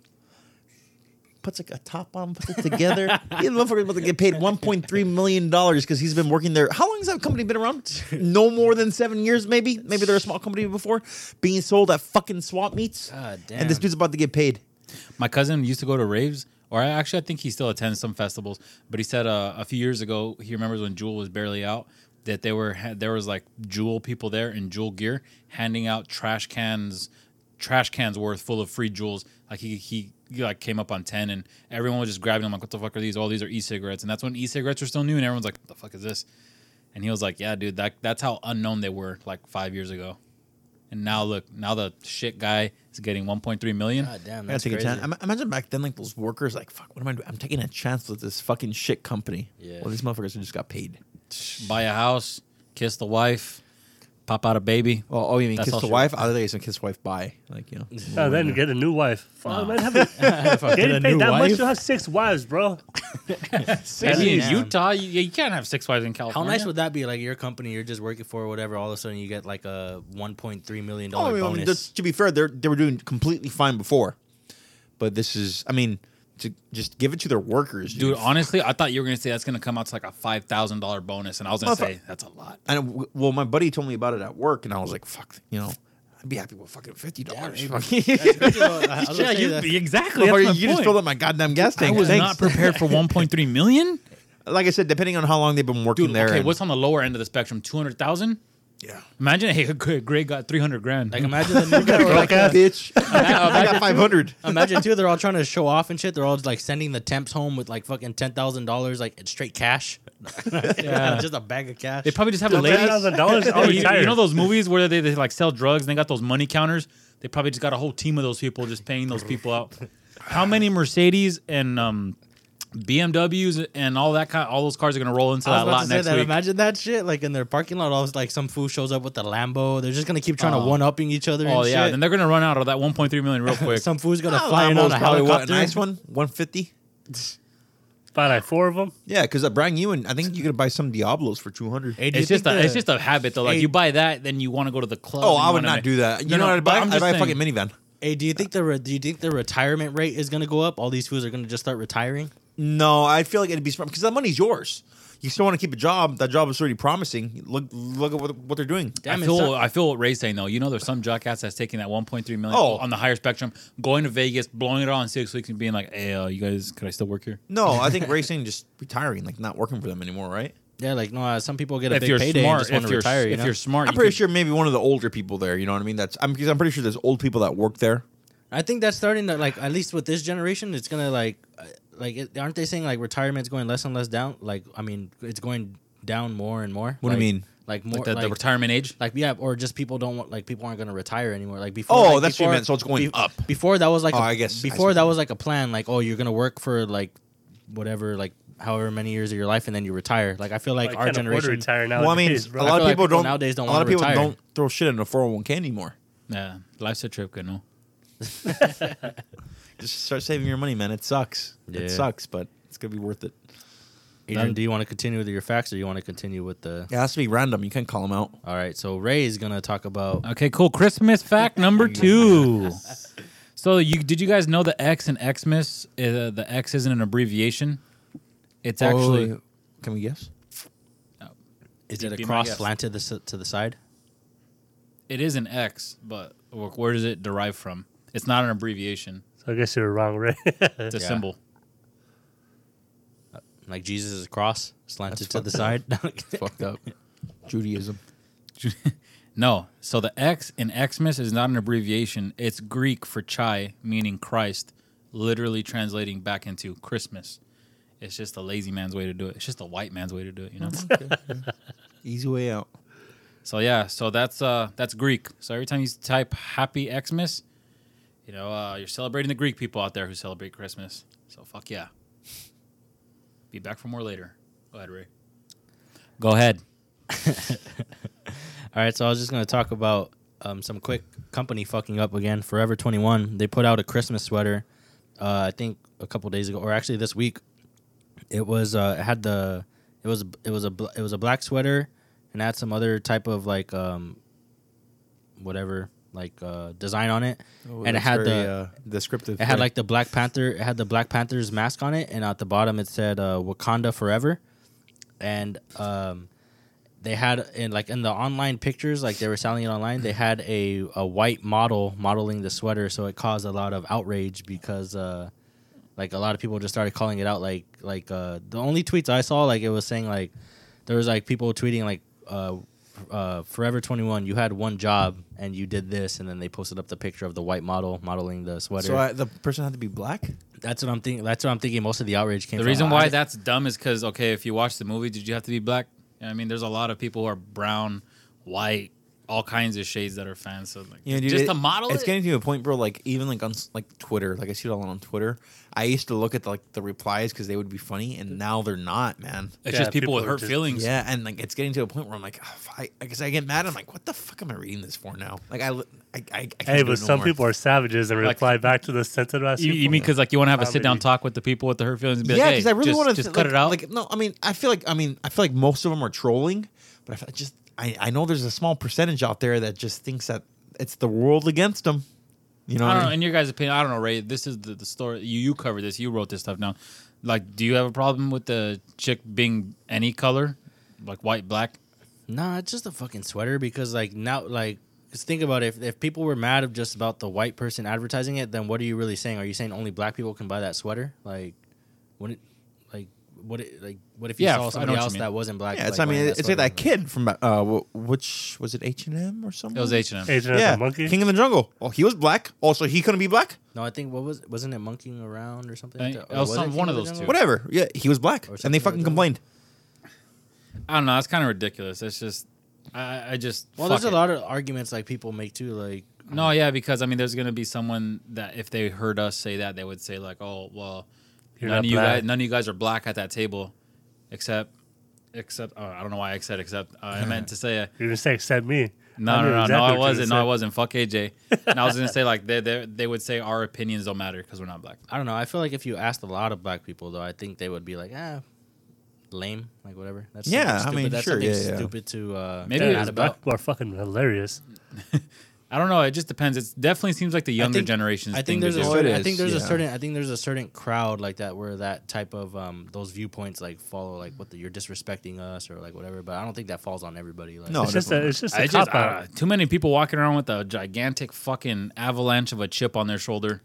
[SPEAKER 6] Puts like a top on, puts it *laughs* together. He's motherfucker's about to get paid one point three million dollars because he's been working there. How long has that company been around? No more than seven years, maybe. Maybe they're a small company before being sold at fucking swap meets.
[SPEAKER 4] God
[SPEAKER 6] And this
[SPEAKER 4] damn.
[SPEAKER 6] dude's about to get paid.
[SPEAKER 3] My cousin used to go to raves, or I actually I think he still attends some festivals. But he said uh, a few years ago he remembers when Jewel was barely out that they were had, there was like Jewel people there in Jewel gear handing out trash cans, trash cans worth full of free Jewels. Like he he. he, Like came up on ten, and everyone was just grabbing them. Like, what the fuck are these? All these are e-cigarettes, and that's when e-cigarettes were still new, and everyone's like, "The fuck is this?" And he was like, "Yeah, dude, that that's how unknown they were like five years ago." And now look, now the shit guy is getting 1.3 million.
[SPEAKER 4] God damn.
[SPEAKER 6] I gotta
[SPEAKER 4] That's
[SPEAKER 6] take a
[SPEAKER 4] crazy.
[SPEAKER 6] chance. Ima- Imagine back then, like those workers, like fuck. What am I doing? I'm taking a chance with this fucking shit company.
[SPEAKER 4] Yeah.
[SPEAKER 6] Well, these motherfuckers who just got paid.
[SPEAKER 3] buy a house, kiss the wife, pop out a baby.
[SPEAKER 6] Well, oh, you mean
[SPEAKER 3] That's all
[SPEAKER 6] kiss the
[SPEAKER 3] she
[SPEAKER 6] wife? I think it's a kiss wife bye. Like *laughs* you know.
[SPEAKER 5] Oh, then get a new wife. Fuck, man. Have a, getting paid that much, you'll have six wives, bro.
[SPEAKER 3] I mean,
[SPEAKER 4] Yeah.
[SPEAKER 3] in Utah, you, you can't have six wives in
[SPEAKER 4] How
[SPEAKER 3] California.
[SPEAKER 4] nice would that be? Like your company, you're just working for whatever. All of a sudden, you get like a 1.3 million dollar
[SPEAKER 6] Oh, I mean, I mean,
[SPEAKER 4] bonus.
[SPEAKER 6] that's- to be fair, they they were doing completely fine before, but this is, I mean, to just give it to their workers, dude.
[SPEAKER 3] dude? Honestly, I thought you were gonna say that's gonna come out to like a five thousand dollar bonus, and I was gonna say that's a lot.
[SPEAKER 6] And w- well, my buddy told me about it at work, and I was like, "Fuck," you know, I'd be happy with fucking fifty dollars. *laughs* Yeah,
[SPEAKER 4] yeah,
[SPEAKER 3] exactly.
[SPEAKER 6] you just filled up my goddamn gas
[SPEAKER 3] I
[SPEAKER 6] tank.
[SPEAKER 3] was
[SPEAKER 6] Thanks.
[SPEAKER 3] not prepared
[SPEAKER 6] *laughs*
[SPEAKER 3] for 1.3 million.
[SPEAKER 6] like I said, depending on how long they've been working
[SPEAKER 3] Dude,
[SPEAKER 6] there.
[SPEAKER 3] okay,
[SPEAKER 6] and-
[SPEAKER 3] what's on the lower end of the spectrum? 200,000.
[SPEAKER 6] yeah,
[SPEAKER 3] Imagine, hey, *laughs* Greg got 300 grand.
[SPEAKER 4] Like imagine
[SPEAKER 6] *laughs*
[SPEAKER 4] the new girl.
[SPEAKER 6] Fuck that
[SPEAKER 3] *laughs*
[SPEAKER 6] "Ah, bitch. *laughs* I got five hundred.
[SPEAKER 4] Imagine too, they're all trying to show off and shit. They're all like sending the temps home with like fucking ten thousand dollars, like in straight cash.
[SPEAKER 6] *laughs*
[SPEAKER 3] Yeah.
[SPEAKER 4] just a bag of cash.
[SPEAKER 3] Uh, they probably just have the
[SPEAKER 5] Ten
[SPEAKER 3] ladies.
[SPEAKER 5] thousand dollars.
[SPEAKER 3] Oh,
[SPEAKER 5] I'll
[SPEAKER 3] you,
[SPEAKER 5] retire.
[SPEAKER 3] you know those movies where they, they like sell drugs and they got those money counters? They probably just got a whole team of those people just paying those people out. How many Mercedes and um, BMWs and all that kind, all those cars are gonna roll into
[SPEAKER 4] I was
[SPEAKER 3] that
[SPEAKER 4] about
[SPEAKER 3] lot
[SPEAKER 4] to say
[SPEAKER 3] next
[SPEAKER 4] that.
[SPEAKER 3] week?
[SPEAKER 4] Imagine that shit, like in their parking lot. Always like some fool shows up with the Lambo. They're just gonna keep trying to
[SPEAKER 3] Oh.
[SPEAKER 4] one upping each other.
[SPEAKER 3] oh
[SPEAKER 4] and
[SPEAKER 3] yeah,
[SPEAKER 4] shit.
[SPEAKER 3] then they're gonna run out of that 1.3 million real quick.
[SPEAKER 4] some fool's gonna fly in on a helicopter.
[SPEAKER 6] a nice one, one fifty.
[SPEAKER 5] Buy like four of them.
[SPEAKER 6] Yeah, because I brought you, and I think you could buy some Diablos for two hundred.
[SPEAKER 4] Hey, do you
[SPEAKER 3] it's just
[SPEAKER 4] think
[SPEAKER 3] a, it's
[SPEAKER 4] the-
[SPEAKER 3] just a habit though. Like
[SPEAKER 4] Hey.
[SPEAKER 3] you buy that, then you want to go to the club.
[SPEAKER 6] Oh,
[SPEAKER 3] and you
[SPEAKER 6] I would
[SPEAKER 3] wanna
[SPEAKER 6] not
[SPEAKER 3] make-
[SPEAKER 6] do that. You
[SPEAKER 3] No,
[SPEAKER 6] know
[SPEAKER 3] no,
[SPEAKER 6] what I'd
[SPEAKER 3] but
[SPEAKER 6] buy?
[SPEAKER 3] I'm
[SPEAKER 6] I'd
[SPEAKER 3] just
[SPEAKER 6] buy a
[SPEAKER 3] saying.
[SPEAKER 6] fucking minivan.
[SPEAKER 4] Hey, do you think the re- do you think the retirement rate is gonna go up? All these fools are gonna just start retiring.
[SPEAKER 6] No, I feel like it'd be smart because that money's yours. You still want to keep a job. That job is already promising. Look, look at what, what they're doing.
[SPEAKER 3] I
[SPEAKER 4] Damn, it's
[SPEAKER 3] feel
[SPEAKER 4] not-
[SPEAKER 3] I feel what Ray's saying though. You know, there's some jackass that's taking that 1.3 million
[SPEAKER 6] Oh.
[SPEAKER 3] on the higher spectrum, going to Vegas, blowing it all in six weeks, and being like, "Hey, uh, you guys, could I still work here?"
[SPEAKER 6] No, I think racing just retiring, like not working for them anymore, right?
[SPEAKER 4] Yeah, like no, uh, some people get a
[SPEAKER 3] if
[SPEAKER 4] big
[SPEAKER 3] you're
[SPEAKER 4] payday
[SPEAKER 3] smart,
[SPEAKER 4] and just want
[SPEAKER 3] if
[SPEAKER 4] to
[SPEAKER 3] you're
[SPEAKER 4] retire. You
[SPEAKER 3] if
[SPEAKER 4] know?
[SPEAKER 3] you're smart,
[SPEAKER 6] I'm
[SPEAKER 3] you
[SPEAKER 6] pretty
[SPEAKER 3] could-
[SPEAKER 6] sure maybe one of the older people there. You know what I mean? That's I'm because I'm pretty sure there's old people that work there.
[SPEAKER 4] I think that's starting to like at least with this generation, it's gonna like uh, like it, aren't they saying like retirement's going less and less down? Like I mean, it's going down more and more.
[SPEAKER 6] What do
[SPEAKER 4] Like-
[SPEAKER 6] you mean?
[SPEAKER 4] Like more
[SPEAKER 3] like
[SPEAKER 4] like,
[SPEAKER 3] the, the retirement age.
[SPEAKER 4] like, yeah, or just people don't want like people aren't gonna retire anymore. Like before.
[SPEAKER 6] Oh,
[SPEAKER 4] like,
[SPEAKER 6] that's what you
[SPEAKER 4] before-
[SPEAKER 6] meant. So it's going up.
[SPEAKER 4] Before that was like
[SPEAKER 6] Oh,
[SPEAKER 4] I
[SPEAKER 6] I guess- I see
[SPEAKER 4] before
[SPEAKER 6] what
[SPEAKER 4] that
[SPEAKER 6] you
[SPEAKER 4] was like a plan. Like oh, you're gonna work for like whatever like however many years of your life and then you retire. Like I feel like
[SPEAKER 5] I
[SPEAKER 4] our
[SPEAKER 5] can't afford to
[SPEAKER 4] generation.
[SPEAKER 5] retire now.
[SPEAKER 6] Well, I mean, a
[SPEAKER 4] I
[SPEAKER 6] lot
[SPEAKER 4] feel
[SPEAKER 6] of
[SPEAKER 4] like
[SPEAKER 6] people
[SPEAKER 4] people
[SPEAKER 6] don't
[SPEAKER 4] nowadays don't
[SPEAKER 6] A lot of
[SPEAKER 4] wanna
[SPEAKER 6] people
[SPEAKER 4] retire.
[SPEAKER 6] don't throw shit in a 401k anymore.
[SPEAKER 3] Yeah, life's a trip, you know.
[SPEAKER 6] Just start saving your money, man. It sucks.
[SPEAKER 4] Yeah.
[SPEAKER 6] It sucks, but it's gonna be worth it.
[SPEAKER 4] Adrian,
[SPEAKER 3] None.
[SPEAKER 4] do you want to continue with your facts or you want to continue with the?
[SPEAKER 6] It has to be random. You can't call them out.
[SPEAKER 4] All right, so Ray's gonna talk about.
[SPEAKER 3] Okay, cool. Christmas fact
[SPEAKER 6] *laughs*
[SPEAKER 3] number two. so, you did you guys know the X and Xmas? Uh, the X isn't an abbreviation. It's actually
[SPEAKER 6] Oh, can we
[SPEAKER 4] *laughs*
[SPEAKER 6] guess?
[SPEAKER 4] Is it
[SPEAKER 3] Be
[SPEAKER 4] a
[SPEAKER 3] my
[SPEAKER 4] cross
[SPEAKER 3] guest.
[SPEAKER 4] slanted the, s- to the side?
[SPEAKER 3] it is an X, but where where does it derive from? It's not an abbreviation.
[SPEAKER 5] So I guess you're wrong, right?
[SPEAKER 3] It's a
[SPEAKER 4] Yeah.
[SPEAKER 3] symbol.
[SPEAKER 4] Like Jesus' cross slanted
[SPEAKER 6] That's
[SPEAKER 4] to the side. *laughs*
[SPEAKER 6] Fucked up. Judaism.
[SPEAKER 3] *laughs* No. So the X in Xmas is not an abbreviation. It's Greek for chai, meaning Christ, literally translating back into Christmas. It's just a lazy man's way to do it. It's just a white man's way to do it, you know.
[SPEAKER 6] Easy way out.
[SPEAKER 3] so yeah, so that's uh that's Greek. So every time you type happy Xmas, you know, uh, you're celebrating the Greek people out there who celebrate Christmas. So fuck yeah. Be back for more later. Go ahead, Ray. Go ahead.
[SPEAKER 4] All right, so I was just gonna talk about um, some quick company fucking up again. Forever Twenty One. They put out a Christmas sweater. Uh, I think a couple days ago, or actually this week. It was uh, it had the it was it was a bl- it was a black sweater, and had some other type of like um, whatever like uh, design on it,
[SPEAKER 6] Oh,
[SPEAKER 4] and it had the
[SPEAKER 5] uh,
[SPEAKER 6] descriptive.
[SPEAKER 4] It had like the Black Panther. It had the Black Panther's mask on it, and at the bottom it said uh, "Wakanda Forever," and um, they had in like in the online pictures, like they were selling it online. They had a a white model modeling the sweater, so it caused a lot of outrage because. Uh, like a lot of people just started calling it out like like uh the only tweets i saw like it was saying like there was like people tweeting like uh uh, Forever 21, you had one job and you did this, and then they posted up the picture of the white model modeling the sweater.
[SPEAKER 6] So I, the person had to be black.
[SPEAKER 4] That's what I'm thinking. That's what I'm thinking. Most of the outrage came.
[SPEAKER 3] The
[SPEAKER 4] from.
[SPEAKER 3] reason why
[SPEAKER 4] I-
[SPEAKER 3] that's dumb is because okay, if you watch the movie, did you have to be black? I mean, there's a lot of people who are brown, white, all kinds of shades that are fans. So like,
[SPEAKER 6] Yeah, dude,
[SPEAKER 3] just
[SPEAKER 6] it-
[SPEAKER 3] to model
[SPEAKER 6] It's
[SPEAKER 3] it.
[SPEAKER 6] getting to a point, bro. Like even like on s- like Twitter, like I see it all on Twitter. I used to look at like the replies because they would be funny, and now they're not, man.
[SPEAKER 3] it's
[SPEAKER 5] Yeah,
[SPEAKER 3] just people,
[SPEAKER 5] people
[SPEAKER 3] with
[SPEAKER 5] are
[SPEAKER 3] hurt
[SPEAKER 5] just-
[SPEAKER 3] feelings.
[SPEAKER 6] Yeah, and like it's getting to a point where I'm like, "Ah, f- I because I get mad. I'm like, what the fuck am I reading this for now? Like I, li- I, I, I can't
[SPEAKER 5] hey,
[SPEAKER 6] do it
[SPEAKER 5] but
[SPEAKER 6] no
[SPEAKER 5] some
[SPEAKER 6] more.
[SPEAKER 5] people are savages and reply back to the sensitive ass
[SPEAKER 3] You, you
[SPEAKER 5] people.
[SPEAKER 3] mean because like you want to have a sit down
[SPEAKER 5] Comedy.
[SPEAKER 3] talk with the people with the hurt feelings? And be like,
[SPEAKER 6] yeah,
[SPEAKER 3] hey,
[SPEAKER 6] because I really
[SPEAKER 3] just,
[SPEAKER 6] want to
[SPEAKER 3] just cut it out.
[SPEAKER 6] Like no, I mean, I feel like I mean, I feel like most of them are trolling, but I feel just I, I know there's a small percentage out there that just thinks that it's the world against them. You know,
[SPEAKER 3] I
[SPEAKER 6] what
[SPEAKER 3] don't
[SPEAKER 6] I
[SPEAKER 3] know.
[SPEAKER 6] mean?
[SPEAKER 3] In your guys' opinion, I don't know, Ray. This is the, the story. You you covered this. You wrote this stuff down. Like, do you have a problem with the chick being any color, like white, black?
[SPEAKER 4] Nah, it's just a fucking sweater because like now like just think about it. If, if people were mad of just about the white person advertising it, then what are you really saying? Are you saying only black people can buy that sweater? Like, what? It, like what? It, like what if you
[SPEAKER 3] Yeah, I know
[SPEAKER 4] saw
[SPEAKER 3] what
[SPEAKER 4] somebody
[SPEAKER 3] you
[SPEAKER 4] else
[SPEAKER 3] mean.
[SPEAKER 4] that wasn't black?
[SPEAKER 6] yeah, it's
[SPEAKER 4] like,
[SPEAKER 6] I mean,
[SPEAKER 4] wearing
[SPEAKER 6] it's like
[SPEAKER 4] sweater?
[SPEAKER 6] that kid from uh, wh- which was it H and M or something?
[SPEAKER 3] It was H and M.
[SPEAKER 5] Agent
[SPEAKER 6] Yeah,
[SPEAKER 5] of the monkey?
[SPEAKER 6] King of the Jungle. Oh, he was black. Oh, so he couldn't be black.
[SPEAKER 4] No, I think what was wasn't it monkeying around or something?
[SPEAKER 3] I-
[SPEAKER 4] like that? Or
[SPEAKER 3] it was
[SPEAKER 4] it
[SPEAKER 3] some-
[SPEAKER 4] King
[SPEAKER 3] one of
[SPEAKER 4] the
[SPEAKER 3] those
[SPEAKER 4] Jungle?
[SPEAKER 3] two.
[SPEAKER 6] Whatever. Yeah, he was black,
[SPEAKER 3] Oh,
[SPEAKER 6] and
[SPEAKER 4] something
[SPEAKER 6] they
[SPEAKER 4] like
[SPEAKER 6] fucking
[SPEAKER 4] that.
[SPEAKER 6] complained.
[SPEAKER 3] I don't know. That's kind of ridiculous. That's just. I- I, I just
[SPEAKER 4] Well,
[SPEAKER 3] fuck
[SPEAKER 4] there's
[SPEAKER 3] it.
[SPEAKER 4] a lot of arguments like people make too. Like
[SPEAKER 3] No, yeah, because I mean, there's gonna be someone that if they heard us say that, they would say like, "Oh, well,
[SPEAKER 5] You're
[SPEAKER 3] none
[SPEAKER 5] not
[SPEAKER 3] of you
[SPEAKER 5] black.
[SPEAKER 3] guys, none of you guys are black at that table, except, except uh, I don't know why I said except. Uh, I meant to
[SPEAKER 5] *laughs*
[SPEAKER 3] say, uh,
[SPEAKER 5] You're gonna say except me. I
[SPEAKER 3] no, no,
[SPEAKER 5] knew
[SPEAKER 3] no,
[SPEAKER 5] exactly what
[SPEAKER 3] no, I
[SPEAKER 5] you were
[SPEAKER 3] wasn't, no,
[SPEAKER 5] gonna
[SPEAKER 3] I
[SPEAKER 5] say.
[SPEAKER 3] wasn't. Fuck
[SPEAKER 5] *laughs*
[SPEAKER 3] AJ. And I was gonna say like they they they would say our opinions don't matter because we're not black.
[SPEAKER 4] I don't know. I feel like if you asked a lot of black people, though, I think they would be like, ah, lame, like whatever. That's something
[SPEAKER 6] Yeah, I
[SPEAKER 4] stupid.
[SPEAKER 6] mean,
[SPEAKER 4] that's
[SPEAKER 6] sure,
[SPEAKER 4] something
[SPEAKER 6] yeah, yeah.
[SPEAKER 4] stupid to uh,
[SPEAKER 3] Maybe
[SPEAKER 4] be
[SPEAKER 3] it
[SPEAKER 4] mad
[SPEAKER 3] was
[SPEAKER 5] Dude, black
[SPEAKER 4] about.
[SPEAKER 5] people are fucking hilarious.
[SPEAKER 3] I don't know. It just depends. It's definitely seems like the younger
[SPEAKER 4] think-
[SPEAKER 3] generations
[SPEAKER 4] I
[SPEAKER 3] thing
[SPEAKER 4] think there's
[SPEAKER 3] to
[SPEAKER 4] a
[SPEAKER 3] do.
[SPEAKER 6] Oh, it
[SPEAKER 4] certain, I
[SPEAKER 6] is,
[SPEAKER 4] think there's a
[SPEAKER 6] yeah.
[SPEAKER 4] certain, I think there's a certain crowd like that where that type of um those viewpoints like follow like what the, you're disrespecting us or like whatever. But I don't think that falls on everybody. Like, *laughs*
[SPEAKER 6] No,
[SPEAKER 5] it's just a, it's just
[SPEAKER 3] I
[SPEAKER 5] a
[SPEAKER 3] just
[SPEAKER 5] cop
[SPEAKER 3] uh,
[SPEAKER 5] out.
[SPEAKER 3] too many people walking around with a gigantic fucking avalanche of a chip on their shoulder.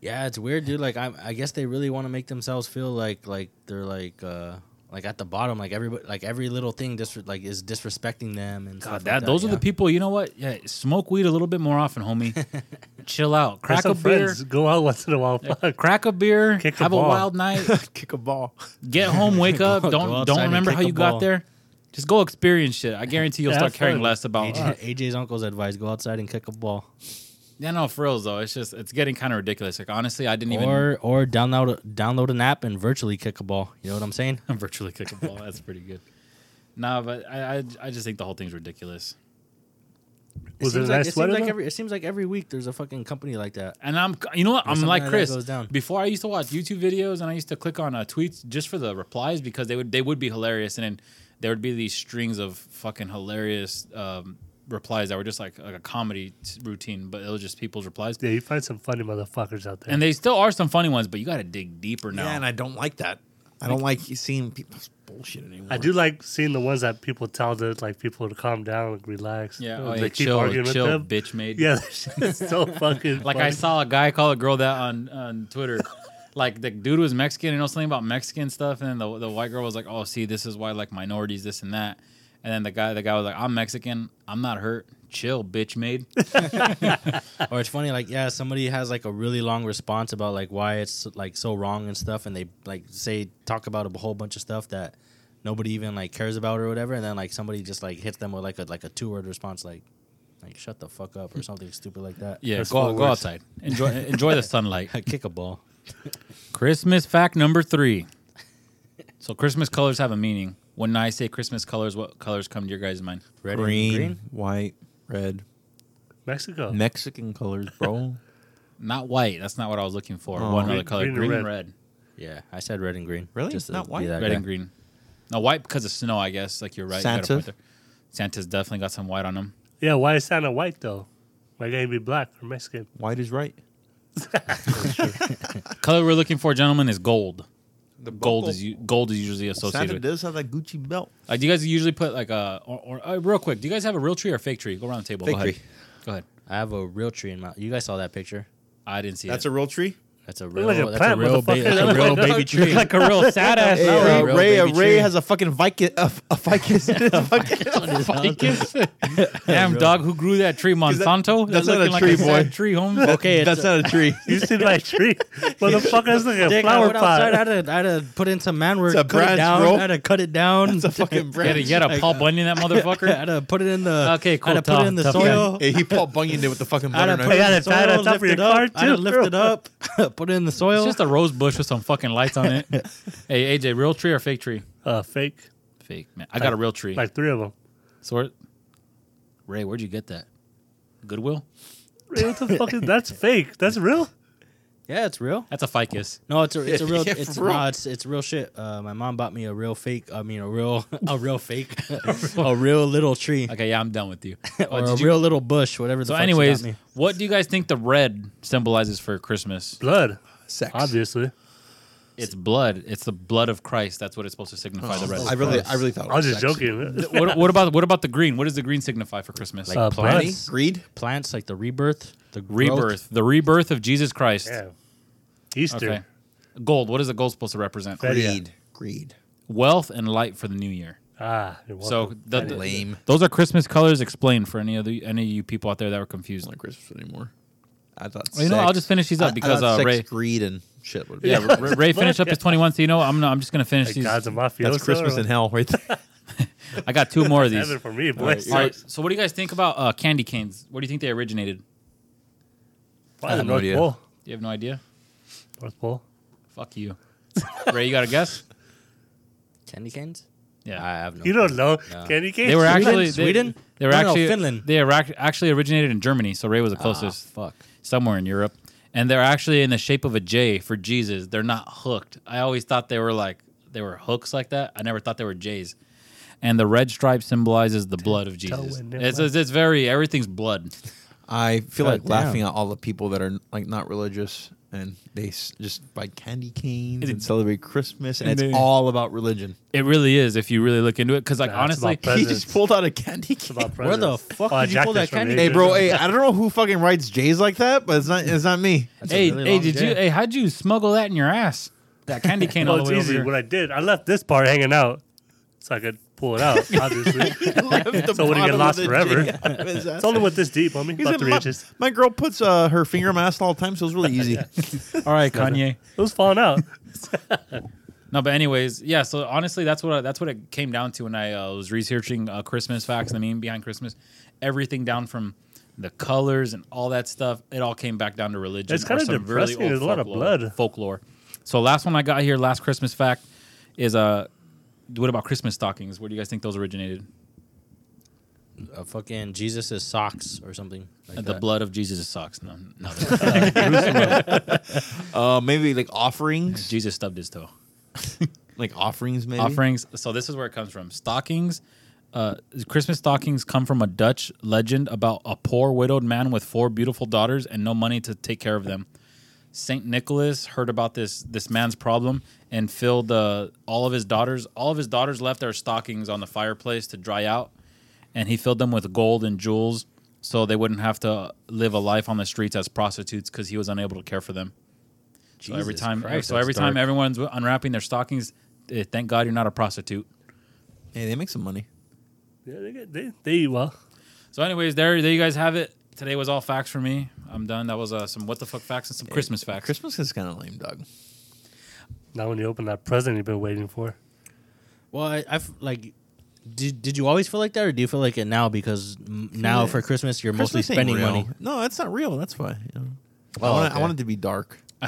[SPEAKER 4] yeah, it's weird, dude. Like I, I guess they really want to make themselves feel like like they're like uh like at the bottom, like everybody, like every little thing, disre- like is disrespecting them and stuff
[SPEAKER 3] God,
[SPEAKER 4] like
[SPEAKER 3] that, those are
[SPEAKER 4] yeah.
[SPEAKER 3] the people. You know what? Yeah, smoke weed a little bit more often,
[SPEAKER 4] *laughs*
[SPEAKER 3] homie. Chill out.
[SPEAKER 5] Have
[SPEAKER 3] Crack a
[SPEAKER 5] some
[SPEAKER 3] beer.
[SPEAKER 5] friends. Go out once in a while.
[SPEAKER 3] *laughs*
[SPEAKER 5] Fuck.
[SPEAKER 3] Crack a beer.
[SPEAKER 5] Kick a
[SPEAKER 3] have a,
[SPEAKER 5] ball.
[SPEAKER 3] wild night.
[SPEAKER 6] *laughs* Kick a ball.
[SPEAKER 3] Get
[SPEAKER 4] *laughs*
[SPEAKER 3] home. Wake up.
[SPEAKER 4] Go
[SPEAKER 3] Don't
[SPEAKER 4] outside
[SPEAKER 3] don't
[SPEAKER 4] and
[SPEAKER 3] remember
[SPEAKER 4] kick
[SPEAKER 3] how
[SPEAKER 4] a
[SPEAKER 3] you got
[SPEAKER 4] ball.
[SPEAKER 3] there. Just go experience shit. I guarantee you'll
[SPEAKER 5] Yeah,
[SPEAKER 3] start
[SPEAKER 5] have
[SPEAKER 3] caring
[SPEAKER 5] fun.
[SPEAKER 3] less *laughs* about.
[SPEAKER 4] AJ, AJ's uncle's advice: go outside and kick a ball,
[SPEAKER 3] Yeah, no, for reals though. It's just it's getting kind of ridiculous. Like honestly, I didn't
[SPEAKER 4] or or download a- download an app and virtually kick a ball. You know what I'm saying?
[SPEAKER 3] even *laughs* virtually kick a ball. That's pretty good. Nah, but I, I I just think the whole thing's ridiculous.
[SPEAKER 5] Was it
[SPEAKER 4] seems
[SPEAKER 5] a
[SPEAKER 4] like,
[SPEAKER 5] nice
[SPEAKER 4] it
[SPEAKER 5] sweater?
[SPEAKER 4] Seems like
[SPEAKER 5] though?
[SPEAKER 4] every, it seems like every week there's a fucking company like that.
[SPEAKER 3] And I'm, you know what? I'm
[SPEAKER 4] something
[SPEAKER 3] like
[SPEAKER 4] like that
[SPEAKER 3] Chris.
[SPEAKER 4] goes down.
[SPEAKER 3] Before I used to watch YouTube videos and I used to click on uh, tweets just for the replies because they would they would be hilarious and then there would be these strings of fucking hilarious um, replies that were just like, like a comedy t- routine, but it was just people's replies.
[SPEAKER 5] yeah, you find some funny motherfuckers out there.
[SPEAKER 3] And they still are some funny ones, but you got to dig deeper now.
[SPEAKER 6] Yeah, and I don't like that. I don't like seeing people's bullshit anymore.
[SPEAKER 5] I do like seeing the ones that people tell the like people to calm down, like, relax.
[SPEAKER 3] yeah,
[SPEAKER 5] You know,
[SPEAKER 3] oh, yeah, chill, chill, bitch made.
[SPEAKER 5] Yeah, that
[SPEAKER 3] *laughs*
[SPEAKER 5] shit's so fucking.
[SPEAKER 3] Like
[SPEAKER 5] funny.
[SPEAKER 3] I saw a guy call a girl that on on
[SPEAKER 5] *laughs*
[SPEAKER 3] Twitter. like the dude was Mexican and know something about Mexican stuff, and then the the white girl was like, "Oh, see, this is why like minorities, this and that." And then the guy the guy was like, "I'm Mexican. I'm not hurt. Chill, bitch,
[SPEAKER 5] *laughs*
[SPEAKER 3] made."
[SPEAKER 4] or it's funny like yeah somebody has like a really long response about like why it's like so wrong and stuff and they like say talk about a whole bunch of stuff that nobody even like cares about or whatever and then like somebody just like hits them with like a like a two word response like like shut the fuck up or something stupid like that
[SPEAKER 3] Yeah,
[SPEAKER 5] That's
[SPEAKER 3] go
[SPEAKER 5] what
[SPEAKER 3] go
[SPEAKER 5] works.
[SPEAKER 3] outside. Enjoy enjoy
[SPEAKER 5] *laughs*
[SPEAKER 3] the sunlight.
[SPEAKER 4] *laughs* kick a ball
[SPEAKER 3] Christmas fact number three. So Christmas colors have a meaning. When I say Christmas colors, what colors come to your guys' mind?
[SPEAKER 4] red and
[SPEAKER 6] green, white, red, Oh.
[SPEAKER 5] Mexico.
[SPEAKER 6] Mexican colors, *laughs* bro.
[SPEAKER 3] Not white. That's not what I was looking for.
[SPEAKER 6] Oh.
[SPEAKER 3] One
[SPEAKER 5] Green-
[SPEAKER 3] other color,
[SPEAKER 5] green and
[SPEAKER 3] green, and
[SPEAKER 5] red.
[SPEAKER 3] red.
[SPEAKER 4] yeah i said red and green
[SPEAKER 6] Really?
[SPEAKER 4] just to
[SPEAKER 6] Not
[SPEAKER 4] be
[SPEAKER 6] white?
[SPEAKER 4] that
[SPEAKER 3] Red
[SPEAKER 4] guy.
[SPEAKER 3] and green. No, white because of snow, I guess. Like you're right. you got a
[SPEAKER 6] Santa?
[SPEAKER 3] point there. Santa's definitely got some white on him.
[SPEAKER 5] yeah, why is Santa white though? Why can't he be black
[SPEAKER 3] *laughs*
[SPEAKER 5] or Mexican?
[SPEAKER 6] white is right.
[SPEAKER 3] Color we're looking for, gentlemen, is gold.
[SPEAKER 6] The
[SPEAKER 3] Gold is u- gold is usually
[SPEAKER 6] Santa
[SPEAKER 3] associated. With.
[SPEAKER 6] does have that Gucci belt.
[SPEAKER 3] Uh, do you guys usually put like a or, or uh, real quick? Do you guys have a real tree or a fake tree? Go around the table.
[SPEAKER 6] Fake
[SPEAKER 3] Go ahead.
[SPEAKER 6] tree.
[SPEAKER 3] Go ahead.
[SPEAKER 4] i have a real tree in my you guys saw that picture
[SPEAKER 3] I didn't see
[SPEAKER 6] That's
[SPEAKER 3] it.
[SPEAKER 6] a real tree.
[SPEAKER 4] that's a
[SPEAKER 5] Look
[SPEAKER 4] real
[SPEAKER 5] like a
[SPEAKER 4] that's
[SPEAKER 5] plant,
[SPEAKER 4] a real, ba-
[SPEAKER 5] motherfucker.
[SPEAKER 4] that's
[SPEAKER 3] *laughs*
[SPEAKER 4] a real baby tree
[SPEAKER 3] like a *laughs* real sad ass.
[SPEAKER 6] Hey,
[SPEAKER 3] tree.
[SPEAKER 6] uh,
[SPEAKER 4] real
[SPEAKER 6] Ray, uh,
[SPEAKER 4] baby
[SPEAKER 6] Ray
[SPEAKER 4] tree.
[SPEAKER 3] *laughs*
[SPEAKER 6] has a fucking vicus, a, a ficus in his fucking. *laughs*
[SPEAKER 3] Damn dog, who grew that tree?
[SPEAKER 6] that-
[SPEAKER 3] Monsanto.
[SPEAKER 6] that's
[SPEAKER 3] That
[SPEAKER 6] not a
[SPEAKER 3] looking
[SPEAKER 6] tree,
[SPEAKER 3] like sad
[SPEAKER 6] boy.
[SPEAKER 3] tree, home.
[SPEAKER 4] okay
[SPEAKER 6] *laughs* That's
[SPEAKER 4] it's
[SPEAKER 6] not
[SPEAKER 4] *laughs*
[SPEAKER 6] a tree.
[SPEAKER 5] You see
[SPEAKER 3] *laughs*
[SPEAKER 5] my tree? Motherfuckers look at a
[SPEAKER 4] Dick, I
[SPEAKER 5] flower
[SPEAKER 4] went outside. I
[SPEAKER 5] pot.
[SPEAKER 4] had, to, I had to put in some man work.
[SPEAKER 6] It's a
[SPEAKER 4] cut it
[SPEAKER 6] branch,
[SPEAKER 4] down.
[SPEAKER 6] bro.
[SPEAKER 4] I had to cut it down. *laughs*
[SPEAKER 6] It's a fucking
[SPEAKER 3] Get a,
[SPEAKER 6] branch.
[SPEAKER 3] get a Paul Bunyan
[SPEAKER 6] *laughs*
[SPEAKER 3] that
[SPEAKER 4] I
[SPEAKER 3] motherfucker.
[SPEAKER 4] had to put it in the
[SPEAKER 3] Okay, cool,
[SPEAKER 4] I had to put
[SPEAKER 3] tough,
[SPEAKER 4] it in the
[SPEAKER 3] tough guy.
[SPEAKER 4] soil.
[SPEAKER 6] Hey, oh, he Paul Bunyan did with the fucking
[SPEAKER 4] I had
[SPEAKER 6] butter
[SPEAKER 4] to put it
[SPEAKER 6] knife.
[SPEAKER 5] Yeah,
[SPEAKER 4] in the
[SPEAKER 5] that's bad.
[SPEAKER 4] soil,
[SPEAKER 5] That's
[SPEAKER 4] lift
[SPEAKER 5] up for your
[SPEAKER 4] it up.
[SPEAKER 5] car,
[SPEAKER 4] I had to
[SPEAKER 5] too,
[SPEAKER 4] lift
[SPEAKER 5] bro.
[SPEAKER 4] it up, *laughs* put it in the soil.
[SPEAKER 3] It's just a rose bush with some fucking lights on
[SPEAKER 4] *laughs*
[SPEAKER 3] it. hey AJ, real tree or fake tree?
[SPEAKER 5] Uh, fake.
[SPEAKER 3] Fake man. I got a real tree.
[SPEAKER 5] Like three of them.
[SPEAKER 3] So, where- Ray, where'd you get that? Goodwill?
[SPEAKER 5] What the fuck
[SPEAKER 3] *laughs*
[SPEAKER 5] is that's fake? That's real.
[SPEAKER 4] yeah, it's real.
[SPEAKER 3] That's a ficus.
[SPEAKER 4] No, it's a, it's a real
[SPEAKER 6] Yeah,
[SPEAKER 4] it's
[SPEAKER 6] for real.
[SPEAKER 4] no, it's it's real shit. Uh, my mom bought me a real fake. I mean, a real *laughs* a real fake, Oh, a real little tree
[SPEAKER 3] Okay, yeah, I'm done with
[SPEAKER 4] *laughs*
[SPEAKER 3] you.
[SPEAKER 4] or
[SPEAKER 3] Uh,
[SPEAKER 4] a
[SPEAKER 3] did you-
[SPEAKER 4] real little bush, whatever.
[SPEAKER 3] so,
[SPEAKER 4] the fuck she got
[SPEAKER 3] anyways,
[SPEAKER 4] me.
[SPEAKER 3] what do you guys think the red symbolizes for Christmas?
[SPEAKER 5] Blood,
[SPEAKER 6] Sex.
[SPEAKER 5] obviously.
[SPEAKER 3] It's blood. It's the blood of Christ. That's what it's supposed to signify. the
[SPEAKER 4] Oh.
[SPEAKER 3] red.
[SPEAKER 6] I really, I really thought. it
[SPEAKER 5] I was
[SPEAKER 6] was
[SPEAKER 5] just
[SPEAKER 6] sex.
[SPEAKER 5] joking.
[SPEAKER 3] what, what about what about the green? What does the green signify for Christmas?
[SPEAKER 4] like
[SPEAKER 5] uh,
[SPEAKER 6] Money,
[SPEAKER 4] plants,
[SPEAKER 6] greed.
[SPEAKER 4] plants like the rebirth, the growth.
[SPEAKER 3] rebirth, the rebirth of Jesus Christ.
[SPEAKER 5] *laughs* Yeah. Easter.
[SPEAKER 3] Okay. Gold. What is the gold supposed to represent?
[SPEAKER 5] Great. Yeah.
[SPEAKER 6] Greed. Greed.
[SPEAKER 3] Wealth and light for the new year.
[SPEAKER 5] Ah, you're
[SPEAKER 3] So
[SPEAKER 5] welcome.
[SPEAKER 3] the, the-
[SPEAKER 6] Lame.
[SPEAKER 3] those are Christmas colors. Explained for any of the any of you people out there that were confused.
[SPEAKER 6] Like Christmas anymore. I thought.
[SPEAKER 3] Well, you know,
[SPEAKER 6] sex-
[SPEAKER 3] I'll just finish these
[SPEAKER 6] I-
[SPEAKER 3] up
[SPEAKER 6] I
[SPEAKER 3] because
[SPEAKER 6] thought
[SPEAKER 3] uh,
[SPEAKER 6] sex,
[SPEAKER 3] Ray.
[SPEAKER 6] greed, and shit. Would be
[SPEAKER 5] *laughs*
[SPEAKER 3] Yeah, Ray, Ray finished up his 21. So you know, what? I'm not, I'm just gonna finish
[SPEAKER 5] like
[SPEAKER 3] these.
[SPEAKER 5] God's a mafioso.
[SPEAKER 6] That's Christmas in hell, right there.
[SPEAKER 3] I got two *laughs* more of these.
[SPEAKER 5] Heaven for me, boy.
[SPEAKER 3] All right. So what do you guys think about uh, candy canes? Where do you think they originated?
[SPEAKER 5] Why the
[SPEAKER 6] have no
[SPEAKER 5] North
[SPEAKER 6] idea.
[SPEAKER 5] Pole?
[SPEAKER 3] You have no idea.
[SPEAKER 5] North Pole.
[SPEAKER 3] Fuck *laughs* you, Ray. You got a guess?
[SPEAKER 4] candy canes.
[SPEAKER 3] Yeah.
[SPEAKER 4] I have no.
[SPEAKER 5] You don't
[SPEAKER 4] clue.
[SPEAKER 5] know
[SPEAKER 4] No.
[SPEAKER 5] candy cane.
[SPEAKER 3] they were
[SPEAKER 4] Sweden?
[SPEAKER 3] actually they-
[SPEAKER 4] Sweden?
[SPEAKER 3] They were
[SPEAKER 4] No, no,
[SPEAKER 3] actually
[SPEAKER 4] Finland. Ah.
[SPEAKER 3] They were ac- actually originated in Germany, so Ray was the closest.
[SPEAKER 4] fuck.
[SPEAKER 3] Somewhere in Europe, and they're actually in the shape of a J for Jesus. They're not hooked. I always thought they were like they were hooks like that. I never thought they were J's. And the red stripe symbolizes the blood of Jesus.
[SPEAKER 5] and
[SPEAKER 3] It's, it's, it's very everything's blood.
[SPEAKER 6] I feel
[SPEAKER 4] God
[SPEAKER 6] like
[SPEAKER 4] damn.
[SPEAKER 6] laughing at all the people that are like not religious and they s- just buy candy canes and celebrate Christmas and,
[SPEAKER 3] and
[SPEAKER 6] it's
[SPEAKER 3] they-
[SPEAKER 6] all about religion.
[SPEAKER 3] It really is if you really look into it. Because like
[SPEAKER 5] Nah, it's
[SPEAKER 3] honestly,
[SPEAKER 6] *laughs*
[SPEAKER 5] about
[SPEAKER 6] He
[SPEAKER 5] Presents.
[SPEAKER 6] just pulled out a candy cane. *laughs*
[SPEAKER 5] about
[SPEAKER 4] Where the
[SPEAKER 5] presents.
[SPEAKER 4] fuck
[SPEAKER 5] Oh,
[SPEAKER 4] did you
[SPEAKER 5] Jack
[SPEAKER 4] pull that
[SPEAKER 5] is from
[SPEAKER 4] candy?
[SPEAKER 5] Asia.
[SPEAKER 6] Hey, bro. Hey, I don't know who fucking writes J's like that, but it's not. It's not me.
[SPEAKER 3] *laughs*
[SPEAKER 4] That's a
[SPEAKER 3] hey
[SPEAKER 4] really
[SPEAKER 3] hey
[SPEAKER 4] long
[SPEAKER 3] did
[SPEAKER 4] J.
[SPEAKER 3] you hey how'd you smuggle that in your ass? that candy
[SPEAKER 4] *laughs*
[SPEAKER 3] cane
[SPEAKER 5] Well,
[SPEAKER 3] all
[SPEAKER 5] it's
[SPEAKER 3] the way
[SPEAKER 5] easy.
[SPEAKER 3] over
[SPEAKER 5] What I did, I left this part hanging out so I could pull it out, obviously. so it wouldn't get lost forever.
[SPEAKER 6] *laughs*
[SPEAKER 5] it's only with this deep, homie. About three
[SPEAKER 6] my,
[SPEAKER 5] inches.
[SPEAKER 6] my girl puts uh, her finger in my ass all the time, so it's really easy.
[SPEAKER 3] here. All right, Kanye.
[SPEAKER 5] It was falling out.
[SPEAKER 3] No, but anyways, yeah. So honestly, that's what I, that's what it came down to when I uh, was researching uh, Christmas facts. and The meaning behind Christmas, everything down from the colors and all that stuff. It all came back down to religion.
[SPEAKER 5] It's
[SPEAKER 3] or
[SPEAKER 5] kinda
[SPEAKER 3] some really
[SPEAKER 5] depressing.
[SPEAKER 3] old
[SPEAKER 5] There's a lot of
[SPEAKER 3] folklore-
[SPEAKER 5] blood.
[SPEAKER 3] folklore. So last one I got here, last Christmas fact is uh, what about Christmas stockings? Where do you guys think those originated?
[SPEAKER 4] Uh, fucking Jesus' socks or something. Like
[SPEAKER 3] the
[SPEAKER 4] that.
[SPEAKER 3] blood of Jesus' socks. No, no,
[SPEAKER 6] uh, maybe like offerings,
[SPEAKER 3] Jesus stubbed his toe.
[SPEAKER 6] like offerings, maybe.
[SPEAKER 3] offerings. So this is where it comes from. Stockings, uh, Christmas stockings come from a Dutch legend about a poor widowed man with four beautiful daughters and no money to take care of them. Saint Nicholas heard about this this man's problem and filled uh, all of his daughters. All of his daughters left their stockings on the fireplace to dry out, and he filled them with gold and jewels so they wouldn't have to live a life on the streets as prostitutes because he was unable to care for them. So every
[SPEAKER 4] Jesus
[SPEAKER 3] time,
[SPEAKER 4] Christ,
[SPEAKER 3] so
[SPEAKER 4] that's
[SPEAKER 3] every time
[SPEAKER 4] dark.
[SPEAKER 3] everyone's unwrapping their stockings, eh, thank God you're not a prostitute.
[SPEAKER 6] Hey, they make some money.
[SPEAKER 5] Yeah, they, get- they, they eat well.
[SPEAKER 3] So, anyways, there, there you guys have it. Today was all facts for me. I'm done. That was uh, some what the fuck facts and
[SPEAKER 4] Eh,
[SPEAKER 3] some Christmas facts.
[SPEAKER 6] Christmas is kind of lame, dog.
[SPEAKER 5] Now when you open that present you've been waiting for.
[SPEAKER 4] Well, I, I f- like. Did, did you always feel like that, or do you feel like it now? Because m- now for Christmas you're
[SPEAKER 6] Christmas
[SPEAKER 4] mostly
[SPEAKER 6] ain't
[SPEAKER 4] spending
[SPEAKER 6] real.
[SPEAKER 4] money.
[SPEAKER 6] No, that's not real. That's why. You know.
[SPEAKER 4] Oh,
[SPEAKER 6] I, want it,
[SPEAKER 4] okay.
[SPEAKER 6] I want it to be dark.
[SPEAKER 3] *laughs*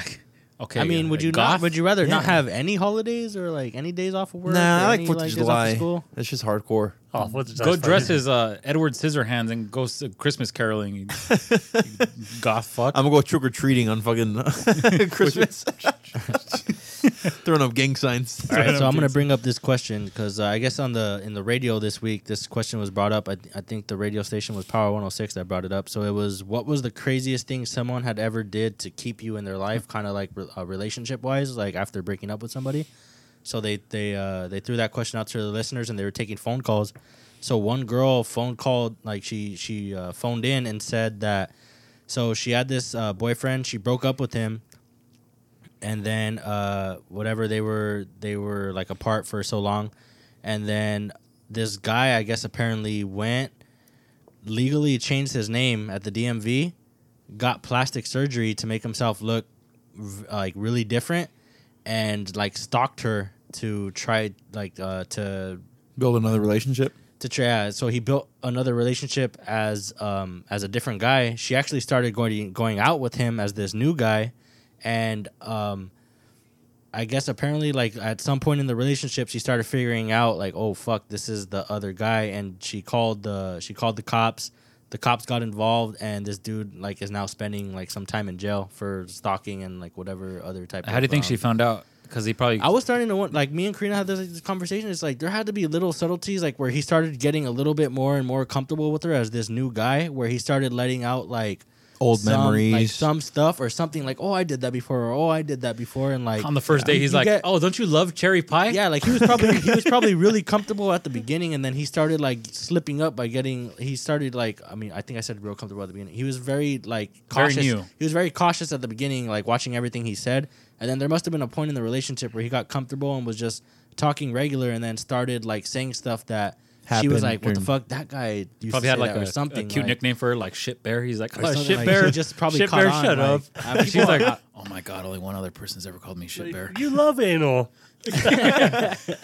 [SPEAKER 3] okay.
[SPEAKER 4] I mean,
[SPEAKER 3] uh,
[SPEAKER 4] would you
[SPEAKER 3] goth?
[SPEAKER 4] not? Would you rather not
[SPEAKER 6] Yeah.
[SPEAKER 4] have any holidays or like any days off of work?
[SPEAKER 6] nah,
[SPEAKER 4] or
[SPEAKER 6] I like
[SPEAKER 4] any,
[SPEAKER 6] Fourth of
[SPEAKER 4] days off of
[SPEAKER 6] July.
[SPEAKER 4] school?
[SPEAKER 6] That's just hardcore.
[SPEAKER 5] Oh, Fourth of
[SPEAKER 3] go
[SPEAKER 5] July's
[SPEAKER 3] dress
[SPEAKER 5] funny.
[SPEAKER 3] as uh, Edward Scissorhands and go s- Christmas caroling?
[SPEAKER 4] *laughs*
[SPEAKER 3] You, you goth fuck.
[SPEAKER 6] I'm gonna go trick or treating on
[SPEAKER 4] *laughs*
[SPEAKER 6] fucking *laughs* Christmas. Throwing up gang signs.
[SPEAKER 4] All right, so I'm gonna bring up this question because uh, I guess on the in the radio this week, this question was brought up. I, th- I think the radio station was Power 106 that brought it up. So it was, what was the craziest thing someone had ever did to keep you in their life, kind of like re- uh, relationship wise, like after breaking up with somebody. So they they uh, they threw that question out to the listeners, and they were taking phone calls. So one girl phone called, like she she uh, phoned in and said that. So she had this uh, boyfriend. She broke up with him, and then uh, whatever they were they were like apart for so long, and then this guy I guess apparently went legally changed his name at the DMV, got plastic surgery to make himself look v- like really different, and like stalked her to try like uh, to
[SPEAKER 6] Build another relationship.
[SPEAKER 4] to try. yeah, So he built another relationship as um as a different guy. She actually started going going out with him as this new guy, and um, I guess apparently like at some point in the relationship, she started figuring out like oh fuck this is the other guy, and she called the she called the cops. The cops got involved, and this dude like is now spending like some time in jail for stalking and like whatever other type.
[SPEAKER 3] How do you think
[SPEAKER 4] um,
[SPEAKER 3] she found out? Because he probably.
[SPEAKER 4] I was starting to want, like, me and Karina had this, like, this conversation. It's like there had to be little subtleties, like where he started getting a little bit more and more comfortable with her as this new guy, where he started letting out like
[SPEAKER 6] Old
[SPEAKER 4] some,
[SPEAKER 6] memories.
[SPEAKER 4] like
[SPEAKER 6] *laughs*
[SPEAKER 4] some stuff or something like, oh, I did that before, or oh, I did that before, and like
[SPEAKER 3] on the first day, he's
[SPEAKER 4] you
[SPEAKER 3] like,
[SPEAKER 4] get-
[SPEAKER 3] "Oh, don't you love cherry pie?"
[SPEAKER 4] *laughs* yeah, like he was probably he was probably really comfortable at the beginning, and then he started like slipping up by getting. He started like I mean I think I said real comfortable at the beginning. He was very like
[SPEAKER 3] Very
[SPEAKER 4] cautious.
[SPEAKER 3] new.
[SPEAKER 4] He was very cautious at the beginning, like watching everything he said, and then there must have been a point in the relationship where he got comfortable and was just talking regular, and then started like saying stuff that she
[SPEAKER 6] Happened
[SPEAKER 4] was like, "What the
[SPEAKER 6] during-
[SPEAKER 4] fuck, that guy used
[SPEAKER 3] Probably
[SPEAKER 4] to
[SPEAKER 3] had
[SPEAKER 4] say
[SPEAKER 3] like
[SPEAKER 4] that,"
[SPEAKER 3] a,
[SPEAKER 4] or
[SPEAKER 3] something
[SPEAKER 4] something
[SPEAKER 3] a cute
[SPEAKER 4] like-
[SPEAKER 3] nickname for her, like Shit Bear. He's like,
[SPEAKER 4] or
[SPEAKER 3] "Oh,
[SPEAKER 4] something
[SPEAKER 3] Shit
[SPEAKER 4] like,
[SPEAKER 3] Bear."
[SPEAKER 4] he just probably
[SPEAKER 3] Shit
[SPEAKER 4] caught
[SPEAKER 3] Bear,
[SPEAKER 4] on,
[SPEAKER 3] shut
[SPEAKER 4] like,
[SPEAKER 3] up.
[SPEAKER 4] I mean,
[SPEAKER 3] She's
[SPEAKER 4] people-
[SPEAKER 3] like, "Oh my god, only one other person's ever called me Shit Bear."
[SPEAKER 5] You love anal.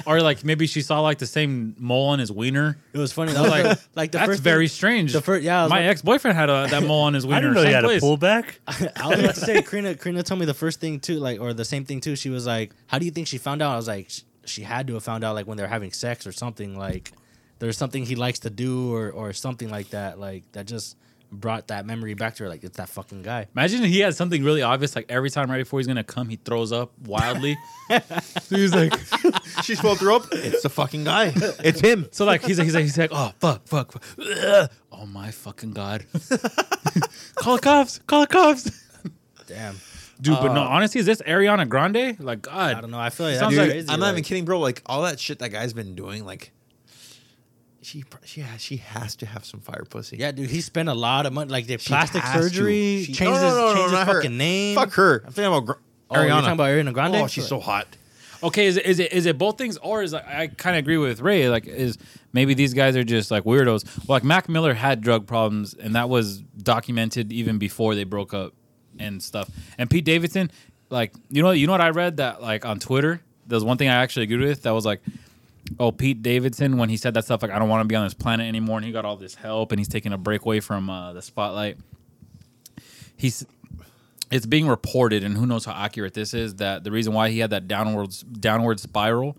[SPEAKER 3] Or like maybe she saw like the same mole on his wiener.
[SPEAKER 4] it was funny. That
[SPEAKER 3] I was like,
[SPEAKER 4] like the
[SPEAKER 3] that's
[SPEAKER 4] first thing-
[SPEAKER 3] very strange.
[SPEAKER 4] the fir- yeah, I was
[SPEAKER 3] my
[SPEAKER 4] like-
[SPEAKER 3] ex boyfriend had a,
[SPEAKER 4] *laughs*
[SPEAKER 3] that mole on his wiener.
[SPEAKER 5] I didn't know you had a
[SPEAKER 3] someplace.
[SPEAKER 5] pullback.
[SPEAKER 4] I was about to say, Karina, Karina told me the first thing too, like, or the same thing too. She was like, "How do you think she found out?" I was like, "Sh- "She had to have found out, like, when they're having sex or something. Like, there's something he likes to do, or or something like that. Like, that just brought that memory back to her. Like, it's that fucking guy.
[SPEAKER 3] Imagine he had something really obvious, like every time right before he's gonna come, he throws up *laughs* wildly. so he's like,
[SPEAKER 6] *laughs* She spoke her up. It's the fucking guy. It's him.
[SPEAKER 3] so like he's like, he's like, he's like, oh fuck, fuck, fuck. *laughs* Ugh. oh my fucking god, *laughs* call the cops, call the cops, Uh,
[SPEAKER 4] Damn,
[SPEAKER 3] dude. but no, honestly, is this Ariana Grande? Like God,
[SPEAKER 4] I don't know. I feel like
[SPEAKER 3] Sounds
[SPEAKER 4] that's
[SPEAKER 6] Dude,
[SPEAKER 3] like-
[SPEAKER 4] *laughs* crazy.
[SPEAKER 6] I'm not even
[SPEAKER 4] like-
[SPEAKER 6] kidding, bro. Like all that shit that guy's been doing, like she pr- she has, she has to have some fire pussy.
[SPEAKER 4] Yeah, dude, he spent a lot of money. Like, did
[SPEAKER 6] She
[SPEAKER 4] plastic
[SPEAKER 6] has to.
[SPEAKER 4] surgery
[SPEAKER 6] She-
[SPEAKER 4] changed
[SPEAKER 6] No, no, no,
[SPEAKER 4] his,
[SPEAKER 6] no,
[SPEAKER 4] changed his
[SPEAKER 6] not her.
[SPEAKER 4] fucking name.
[SPEAKER 6] Fuck her. I'm thinking about gr-
[SPEAKER 4] Oh, you're
[SPEAKER 6] Ariana.
[SPEAKER 4] talking about Ariana Grande?
[SPEAKER 6] Oh, she's so hot.
[SPEAKER 3] Okay, is it, is it is it both things or is I kind of agree with Ray like is maybe these guys are just like weirdos. Well, like Mac Miller had drug problems and that was documented even before they broke up and stuff. And Pete Davidson, like you know you know what I read that like on Twitter, there's one thing I actually agreed with that was like oh Pete Davidson when he said that stuff like I don't want to be on this planet anymore and he got all this help and he's taking a break away from uh, the spotlight. He's it's being reported, and who knows how accurate this is, that the reason why he had that downward downward spiral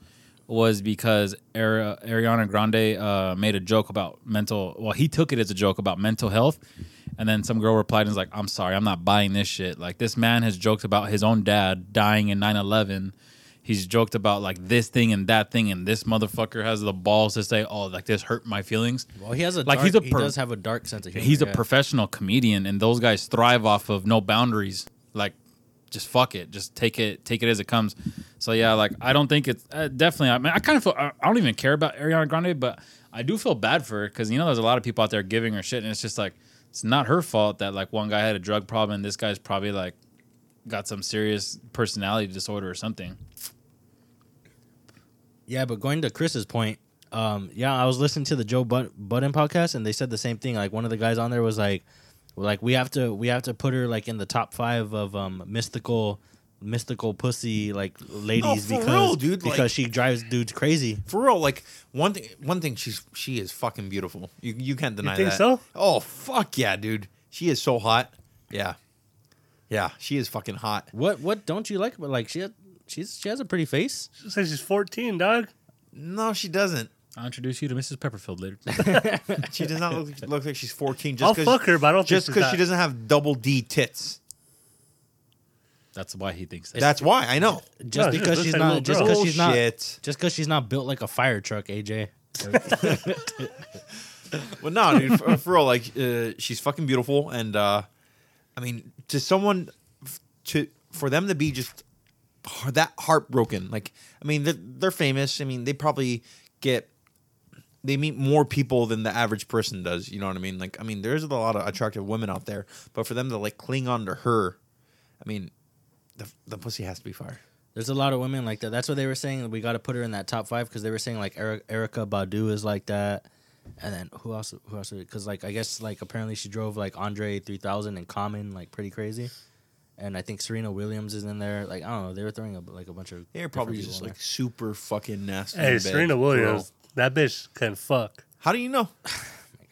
[SPEAKER 3] was because Ari- Ariana Grande uh, made a joke about mental. Well, he took it as a joke about mental health, and then some girl replied and was like, "I'm sorry, I'm not buying this shit. Like this man has joked about his own dad dying in 9/11." He's joked about like this thing and that thing, and this motherfucker has the balls to say, "Oh, like this hurt my feelings."
[SPEAKER 4] Well, he has a
[SPEAKER 3] Like,
[SPEAKER 4] dark-
[SPEAKER 3] he's a
[SPEAKER 4] he
[SPEAKER 3] per-
[SPEAKER 4] does have a dark sense of humor.
[SPEAKER 3] he's a
[SPEAKER 4] yeah.
[SPEAKER 3] professional comedian and those guys thrive off of no boundaries like just fuck it just take it take it as it comes so yeah like i don't think it's uh, definitely i mean i kind of feel I, I don't even care about ariana grande but i do feel bad for her because you know there's a lot of people out there giving her shit and it's just like it's not her fault that like one guy had a drug problem and this guy's probably like got some serious personality disorder or something
[SPEAKER 4] Yeah, but going to Chris's point, um, yeah, I was listening to the Joe Bud- Budden podcast, and they said the same thing. Like one of the guys on there was like, like we have to we have to put her like in the top five of um mystical mystical pussy like ladies
[SPEAKER 6] for
[SPEAKER 4] because
[SPEAKER 6] real, dude, like-
[SPEAKER 4] because she drives dudes crazy.
[SPEAKER 6] For real, like one thing. One thing, she's she is fucking beautiful. You you can't deny
[SPEAKER 5] think
[SPEAKER 6] that.
[SPEAKER 5] so?
[SPEAKER 6] Oh fuck yeah, dude. She is so hot. Yeah, yeah. She is fucking hot.
[SPEAKER 4] What what don't you like about like she had, she's she has a pretty face.
[SPEAKER 5] She says she's 14, dog.
[SPEAKER 6] No, she doesn't.
[SPEAKER 3] i'll introduce you to mrs pepperfield later *laughs*
[SPEAKER 6] She does not look, look like she's fourteen. Just
[SPEAKER 5] I'll
[SPEAKER 6] 'cause-
[SPEAKER 5] fuck her, but I don't think
[SPEAKER 6] Just
[SPEAKER 5] she's
[SPEAKER 6] because she
[SPEAKER 5] that.
[SPEAKER 6] doesn't have double D tits.
[SPEAKER 3] that's why he thinks that
[SPEAKER 6] That's why I know.
[SPEAKER 4] Just
[SPEAKER 5] she
[SPEAKER 4] because
[SPEAKER 5] looks
[SPEAKER 4] she's
[SPEAKER 5] like a
[SPEAKER 4] not
[SPEAKER 5] little
[SPEAKER 4] just
[SPEAKER 5] girl.
[SPEAKER 4] because she's
[SPEAKER 6] Oh,
[SPEAKER 4] not
[SPEAKER 6] Bullshit.
[SPEAKER 4] just because she's not built like a fire truck, AJ.
[SPEAKER 6] Well, no, dude, for, for real, like uh, she's fucking beautiful, and uh, I mean, to someone f- to for them to be just har- that heartbroken, like I mean, they're, they're famous. I mean, they probably get they meet more people than the average person does. You know what I mean? Like, I mean, there's a lot of attractive women out there, but for them to like cling on to her, I mean, the the pussy has to be fire.
[SPEAKER 4] There's a lot of women like that. That's what they were saying. We got to put her in that top five because they were saying like Eric, Erica Badu is like that, and then who else? Who else? Because like I guess like apparently she drove like Andre 3000 and Common like pretty crazy, and I think Serena Williams is in there. Like I don't know. They were throwing a, like a bunch of
[SPEAKER 6] They're probably
[SPEAKER 4] different
[SPEAKER 6] just
[SPEAKER 4] people in
[SPEAKER 6] like super fucking nasty. in
[SPEAKER 5] Hey,
[SPEAKER 6] bed,
[SPEAKER 5] Serena
[SPEAKER 6] for real.
[SPEAKER 5] Williams. That bitch can fuck.
[SPEAKER 6] How do you know?
[SPEAKER 4] there.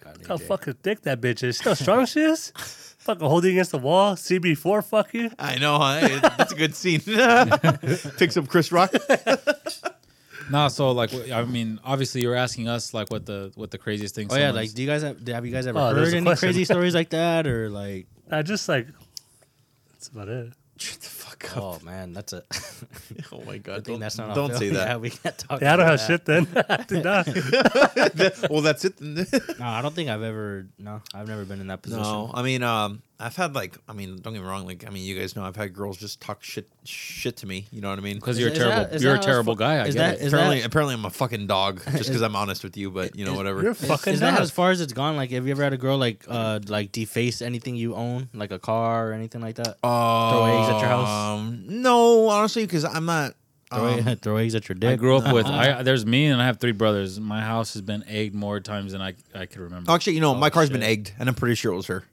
[SPEAKER 4] God,
[SPEAKER 5] Look How
[SPEAKER 4] AJ.
[SPEAKER 5] fucking thick that bitch is. You know how strong she
[SPEAKER 4] *laughs*
[SPEAKER 5] is? Fucking holding against the wall. CB4 fucking.
[SPEAKER 6] I know, huh? Hey, That's a good scene. *laughs* Picks up Chris *laughs* Rock.
[SPEAKER 3] no so like wh- i mean obviously you're asking us like what the what the craziest thing
[SPEAKER 4] Oh yeah,
[SPEAKER 3] someone's-
[SPEAKER 4] like do you guys have have you guys ever
[SPEAKER 5] Oh, there's
[SPEAKER 4] heard
[SPEAKER 5] a
[SPEAKER 4] any
[SPEAKER 5] question.
[SPEAKER 4] crazy stories like that or like?
[SPEAKER 6] *laughs*
[SPEAKER 5] I just like, that's about it.
[SPEAKER 6] Shut the fuck up.
[SPEAKER 4] Oh man, that's a.
[SPEAKER 6] *laughs*
[SPEAKER 4] *laughs*
[SPEAKER 6] Oh my
[SPEAKER 4] I
[SPEAKER 6] god.
[SPEAKER 4] think
[SPEAKER 6] Don't,
[SPEAKER 4] that's not. on
[SPEAKER 6] don't
[SPEAKER 4] film. *laughs*
[SPEAKER 6] say
[SPEAKER 4] Yeah,
[SPEAKER 6] that.
[SPEAKER 4] we can't talk.
[SPEAKER 5] Yeah, I don't
[SPEAKER 4] about that.
[SPEAKER 5] have shit then. *laughs* I did
[SPEAKER 6] *laughs*
[SPEAKER 5] not.
[SPEAKER 6] well, that's it. then. *laughs*
[SPEAKER 4] No, I don't think I've ever. No, I've never been in that position.
[SPEAKER 6] no, I mean, um, I've had like, I mean, don't get me wrong. Like, I mean, you guys know I've had girls just talk shit, shit to me. You know what I mean?
[SPEAKER 3] Because
[SPEAKER 4] Is-
[SPEAKER 3] you're a
[SPEAKER 4] is
[SPEAKER 3] terrible,
[SPEAKER 4] that- is
[SPEAKER 3] you're a
[SPEAKER 4] that how
[SPEAKER 3] terrible
[SPEAKER 4] fu-
[SPEAKER 3] guy. I
[SPEAKER 4] is
[SPEAKER 3] get
[SPEAKER 4] that-
[SPEAKER 3] it.
[SPEAKER 4] is
[SPEAKER 6] apparently, apparently, I'm a fucking *laughs* dog just because I'm honest with you. But you know, whatever.
[SPEAKER 5] You're fucking
[SPEAKER 4] is that
[SPEAKER 5] dumb.
[SPEAKER 4] as far as it's gone? Like, have you ever had a girl like uh like deface anything you own, like a car or anything like that? throw eggs at your house.
[SPEAKER 6] Um, no, honestly, because I'm not.
[SPEAKER 4] Throw,
[SPEAKER 6] um,
[SPEAKER 4] egg- throw eggs at your *laughs* dick.
[SPEAKER 3] I grew up with. I there's me and I have three brothers. My house has been egged more times than I I could remember.
[SPEAKER 6] actually, you know, my
[SPEAKER 3] car's
[SPEAKER 6] car's been egged, and I'm pretty sure it was her.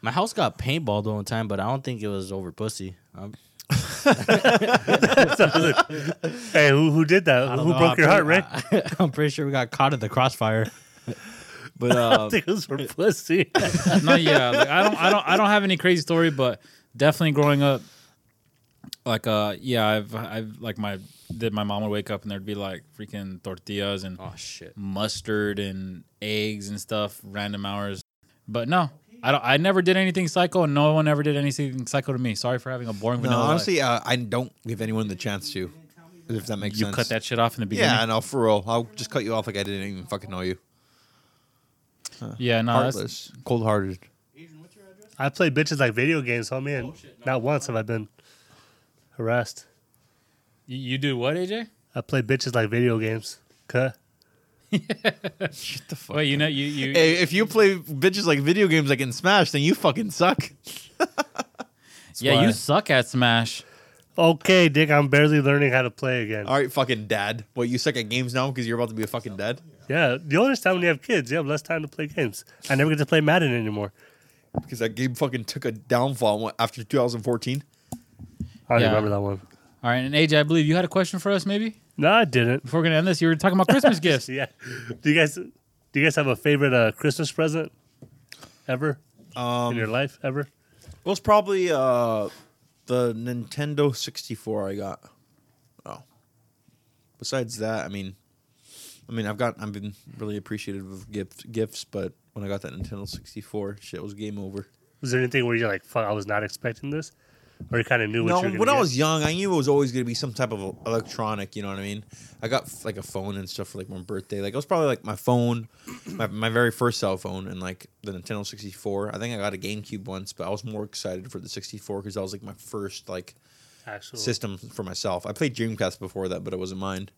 [SPEAKER 4] My house got paintballed one time, but I don't think it was over pussy. Um,
[SPEAKER 5] hey, who, who did that?
[SPEAKER 4] I don't
[SPEAKER 5] Who
[SPEAKER 4] know,
[SPEAKER 5] broke
[SPEAKER 4] I'm
[SPEAKER 5] your heart,
[SPEAKER 4] pretty-
[SPEAKER 5] *laughs* Ray? I
[SPEAKER 4] *laughs* I, am pretty sure we got caught in the crossfire.
[SPEAKER 6] But *laughs* uh,
[SPEAKER 5] think it was
[SPEAKER 4] *laughs*
[SPEAKER 5] for pussy.
[SPEAKER 3] no, yeah, like, I don't, I don't, I don't have any crazy story, but definitely growing up, like, uh, yeah, I've, I've, like, my, that my mom would wake up and there'd be like freaking tortillas and
[SPEAKER 4] shit!
[SPEAKER 3] mustard and eggs and stuff, random hours. But no, I don't. I never did anything psycho, and no one ever did anything psycho to me. Sorry for having a boring
[SPEAKER 6] no,
[SPEAKER 3] vanilla. life.
[SPEAKER 6] honestly, uh, I don't give anyone the chance to. If that makes
[SPEAKER 3] you
[SPEAKER 6] sense.
[SPEAKER 3] cut that shit off in the beginning.
[SPEAKER 6] Yeah, I know, for real. I'll just cut you off like I didn't even fucking know you.
[SPEAKER 3] yeah, no, that's-
[SPEAKER 6] Heartless. Cold hearted.
[SPEAKER 5] I play bitches like video games, homie, and not once have I been harassed.
[SPEAKER 3] you, you do what, AJ?
[SPEAKER 5] I play bitches like video games. Cut.
[SPEAKER 3] Wait, you know, you you.
[SPEAKER 6] Hey, if you play bitches like video games like in Smash, then you fucking suck.
[SPEAKER 3] yeah,
[SPEAKER 5] why.
[SPEAKER 3] you suck at Smash.
[SPEAKER 5] Okay, Dick, I'm barely learning how to play again.
[SPEAKER 6] All right, fucking dad. What you suck at games now because you're about to be a fucking dad?
[SPEAKER 5] Yeah, you understand when you have kids, you have less time to play games. I never get to play Madden anymore.
[SPEAKER 6] Because that game fucking took a downfall what, after 2014.
[SPEAKER 5] I don't
[SPEAKER 3] Yeah.
[SPEAKER 5] remember that one.
[SPEAKER 3] All right, and AJ, I believe you had a question for us, maybe
[SPEAKER 5] No, I didn't. *laughs*
[SPEAKER 3] before we're gonna end this. You were talking about Christmas gifts.
[SPEAKER 5] Yeah. Do you guys do you guys have a favorite uh, Christmas present ever in
[SPEAKER 6] Um,
[SPEAKER 5] your life ever?
[SPEAKER 6] It was probably uh, the Nintendo 64 I got. Oh. Besides that, I mean, I mean, I've got, I've been really appreciative of gift, gifts, but when I got that Nintendo 64, shit was game over.
[SPEAKER 5] Was there anything where you're like, "Fuck, I was not expecting this," or you kind of knew what
[SPEAKER 6] No,
[SPEAKER 5] you
[SPEAKER 6] when
[SPEAKER 5] were gonna
[SPEAKER 6] I
[SPEAKER 5] get?
[SPEAKER 6] was young, I knew it was always going to be some type of e-, electronic. You know what I mean? I got f- like a phone and stuff for like my birthday. Like it was probably like my phone, my, my very first cell phone, and like the Nintendo sixty four. I think I got a GameCube once, but I was more excited for the sixty four because that was like my first like
[SPEAKER 5] Actual.
[SPEAKER 6] system for myself. I played Dreamcast before that, but it wasn't mine.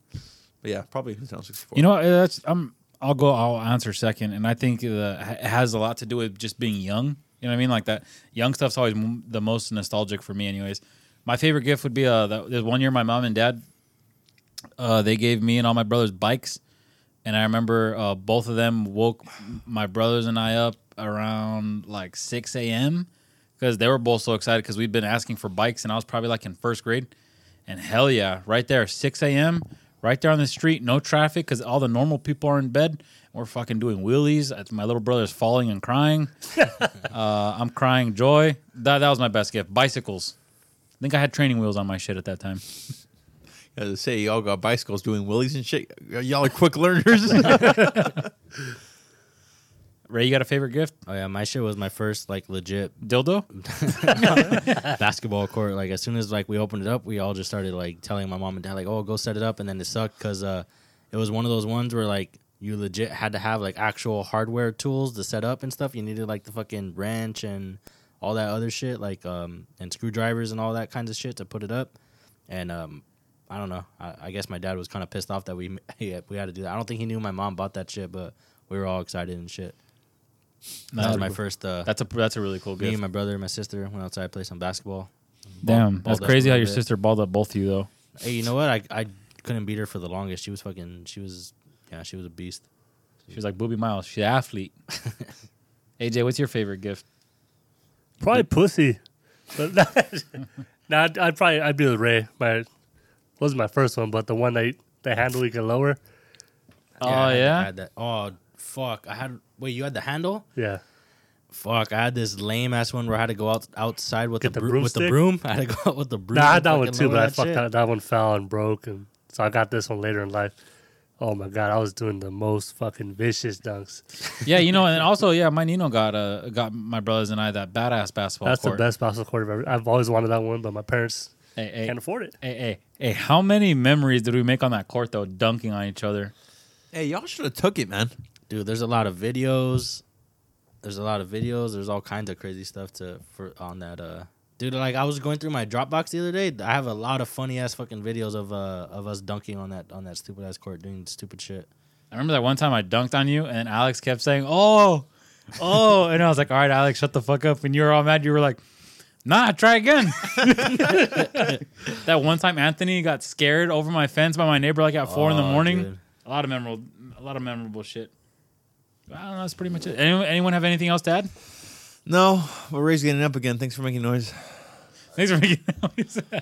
[SPEAKER 6] But yeah, probably Nintendo sixty four.
[SPEAKER 3] You know, uh, that's um, I'll go. I'll answer second, and I think uh, it has a lot to do with just being young. You know what I mean? Like that young stuff's always m- the most nostalgic for me, anyways. My favorite gift would be uh, that, there's one year my mom and dad, uh, they gave me and all my brothers bikes, and I remember uh, both of them woke my brothers and I up around like six a.m. because they were both so excited because we'd been asking for bikes, and I was probably like in first grade. And hell yeah, right there, 6 a.m., right there on the street, no traffic because all the normal people are in bed. We're fucking doing wheelies. I- My little brother's falling and
[SPEAKER 4] *laughs*
[SPEAKER 3] crying. uh, I'm crying joy. That, that was my best gift. Bicycles. I think I had training wheels on my shit at that time.
[SPEAKER 6] As I say, y'all got bicycles doing willies and shit. Y- Y'all are
[SPEAKER 3] *laughs*
[SPEAKER 6] quick learners.
[SPEAKER 3] Ray, you got a favorite gift?
[SPEAKER 4] Oh yeah, my shit was my first like legit
[SPEAKER 3] Dildo?
[SPEAKER 4] *laughs* basketball court. Like as soon as like we opened it up, we all just started like telling my mom and dad like, "Oh, go set it up." And then it sucked because uh, it was one of those ones where like you legit had to have like actual hardware tools to set up and stuff. You needed like the fucking wrench and all that other shit, like um and screwdrivers and all that kinds of shit to put it up. And um, I don't know. I, I guess my dad was kind of pissed off that we *laughs* yeah, we had to do that. I don't think he knew my mom bought that shit, but we were all excited and shit. that was my first. Uh,
[SPEAKER 3] That's a that's a really cool
[SPEAKER 4] me
[SPEAKER 3] gift.
[SPEAKER 4] and my brother and my sister went outside, played some basketball.
[SPEAKER 3] Damn,
[SPEAKER 4] balled
[SPEAKER 3] that's
[SPEAKER 4] up
[SPEAKER 3] crazy
[SPEAKER 4] a
[SPEAKER 3] how
[SPEAKER 4] little
[SPEAKER 3] your
[SPEAKER 4] bit.
[SPEAKER 3] sister balled up both of you though.
[SPEAKER 4] Hey, you know what? I I couldn't beat her for the longest. She was fucking. She was. Yeah, she was a beast.
[SPEAKER 3] She was like Booby Miles. She's an
[SPEAKER 4] *laughs*
[SPEAKER 3] athlete. AJ, what's your favorite gift?
[SPEAKER 5] Probably pussy. But *laughs* no, I'd, I'd probably I'd be with Ray. My wasn't my first one, but the one that the handle you can lower.
[SPEAKER 3] oh
[SPEAKER 4] I had- I
[SPEAKER 3] yeah,
[SPEAKER 4] had that. Oh fuck! I had. Wait, you had the handle?
[SPEAKER 5] Yeah,
[SPEAKER 4] Fuck! I had this lame ass one where I had to go out outside with
[SPEAKER 5] Get
[SPEAKER 4] the,
[SPEAKER 5] the
[SPEAKER 4] broom. With the
[SPEAKER 5] broomstick?
[SPEAKER 4] broom, *laughs* I had to go out with the broom.
[SPEAKER 5] nah, I had
[SPEAKER 4] and
[SPEAKER 5] that one
[SPEAKER 4] fucking
[SPEAKER 5] too,
[SPEAKER 4] lower
[SPEAKER 5] but I
[SPEAKER 4] that
[SPEAKER 5] fucked
[SPEAKER 4] shit.
[SPEAKER 5] that, that one fell and broke, and so I got this one later in life. Oh my god, I was doing the most fucking vicious dunks.
[SPEAKER 3] yeah. You know, and also yeah, my Nino got uh got my brothers and I that badass basketball.
[SPEAKER 5] That's
[SPEAKER 3] court.
[SPEAKER 5] the best basketball court I've ever. I've always wanted that one, but my parents
[SPEAKER 3] Hey, hey,
[SPEAKER 5] can't afford it.
[SPEAKER 3] Hey, hey, hey, how many memories did we make on that court though, dunking on each other?
[SPEAKER 6] hey, y'all should have took it, man.
[SPEAKER 4] Dude, there's a lot of videos. There's a lot of videos. There's all kinds of crazy stuff to for on that. Uh, dude, like I was going through my Dropbox the other day. I have a lot of funny ass fucking videos of uh of us dunking on that on that stupid ass court doing stupid shit.
[SPEAKER 3] I remember that one time I dunked on you and Alex kept saying, Oh, oh, and I was like, All right, Alex, shut the fuck up. And you were all mad, you were like, Nah, try again. *laughs* that one time Anthony got scared over my fence by my neighbor like at four in the
[SPEAKER 4] Oh,
[SPEAKER 3] morning.
[SPEAKER 4] dude.
[SPEAKER 3] A lot of memorable a lot of memorable shit. I don't know, that's pretty much it. Anyone, anyone have anything else to add?
[SPEAKER 6] No, but Ray's getting up again. Thanks for making noise.
[SPEAKER 3] Thanks for making that noise. *laughs*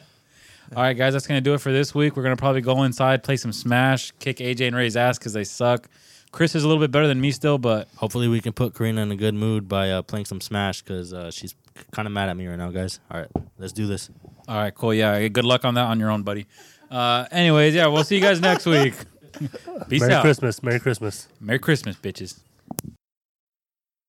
[SPEAKER 3] All right, guys, that's gonna do it for this week. We're gonna probably go inside, play some Smash, kick AJ and Ray's ass because they suck. Chris is a little bit better than me still, but
[SPEAKER 4] Hopefully, we can put Karina in a good mood by uh, playing some Smash because uh, she's kind of mad at me right now, guys. All right, let's do this.
[SPEAKER 3] all right, cool. Yeah, good luck on that on your own, buddy. Uh, anyways, yeah, we'll see you guys next week. *laughs* Peace
[SPEAKER 5] Merry
[SPEAKER 3] out.
[SPEAKER 5] Christmas, Merry Christmas.
[SPEAKER 3] Merry Christmas, bitches.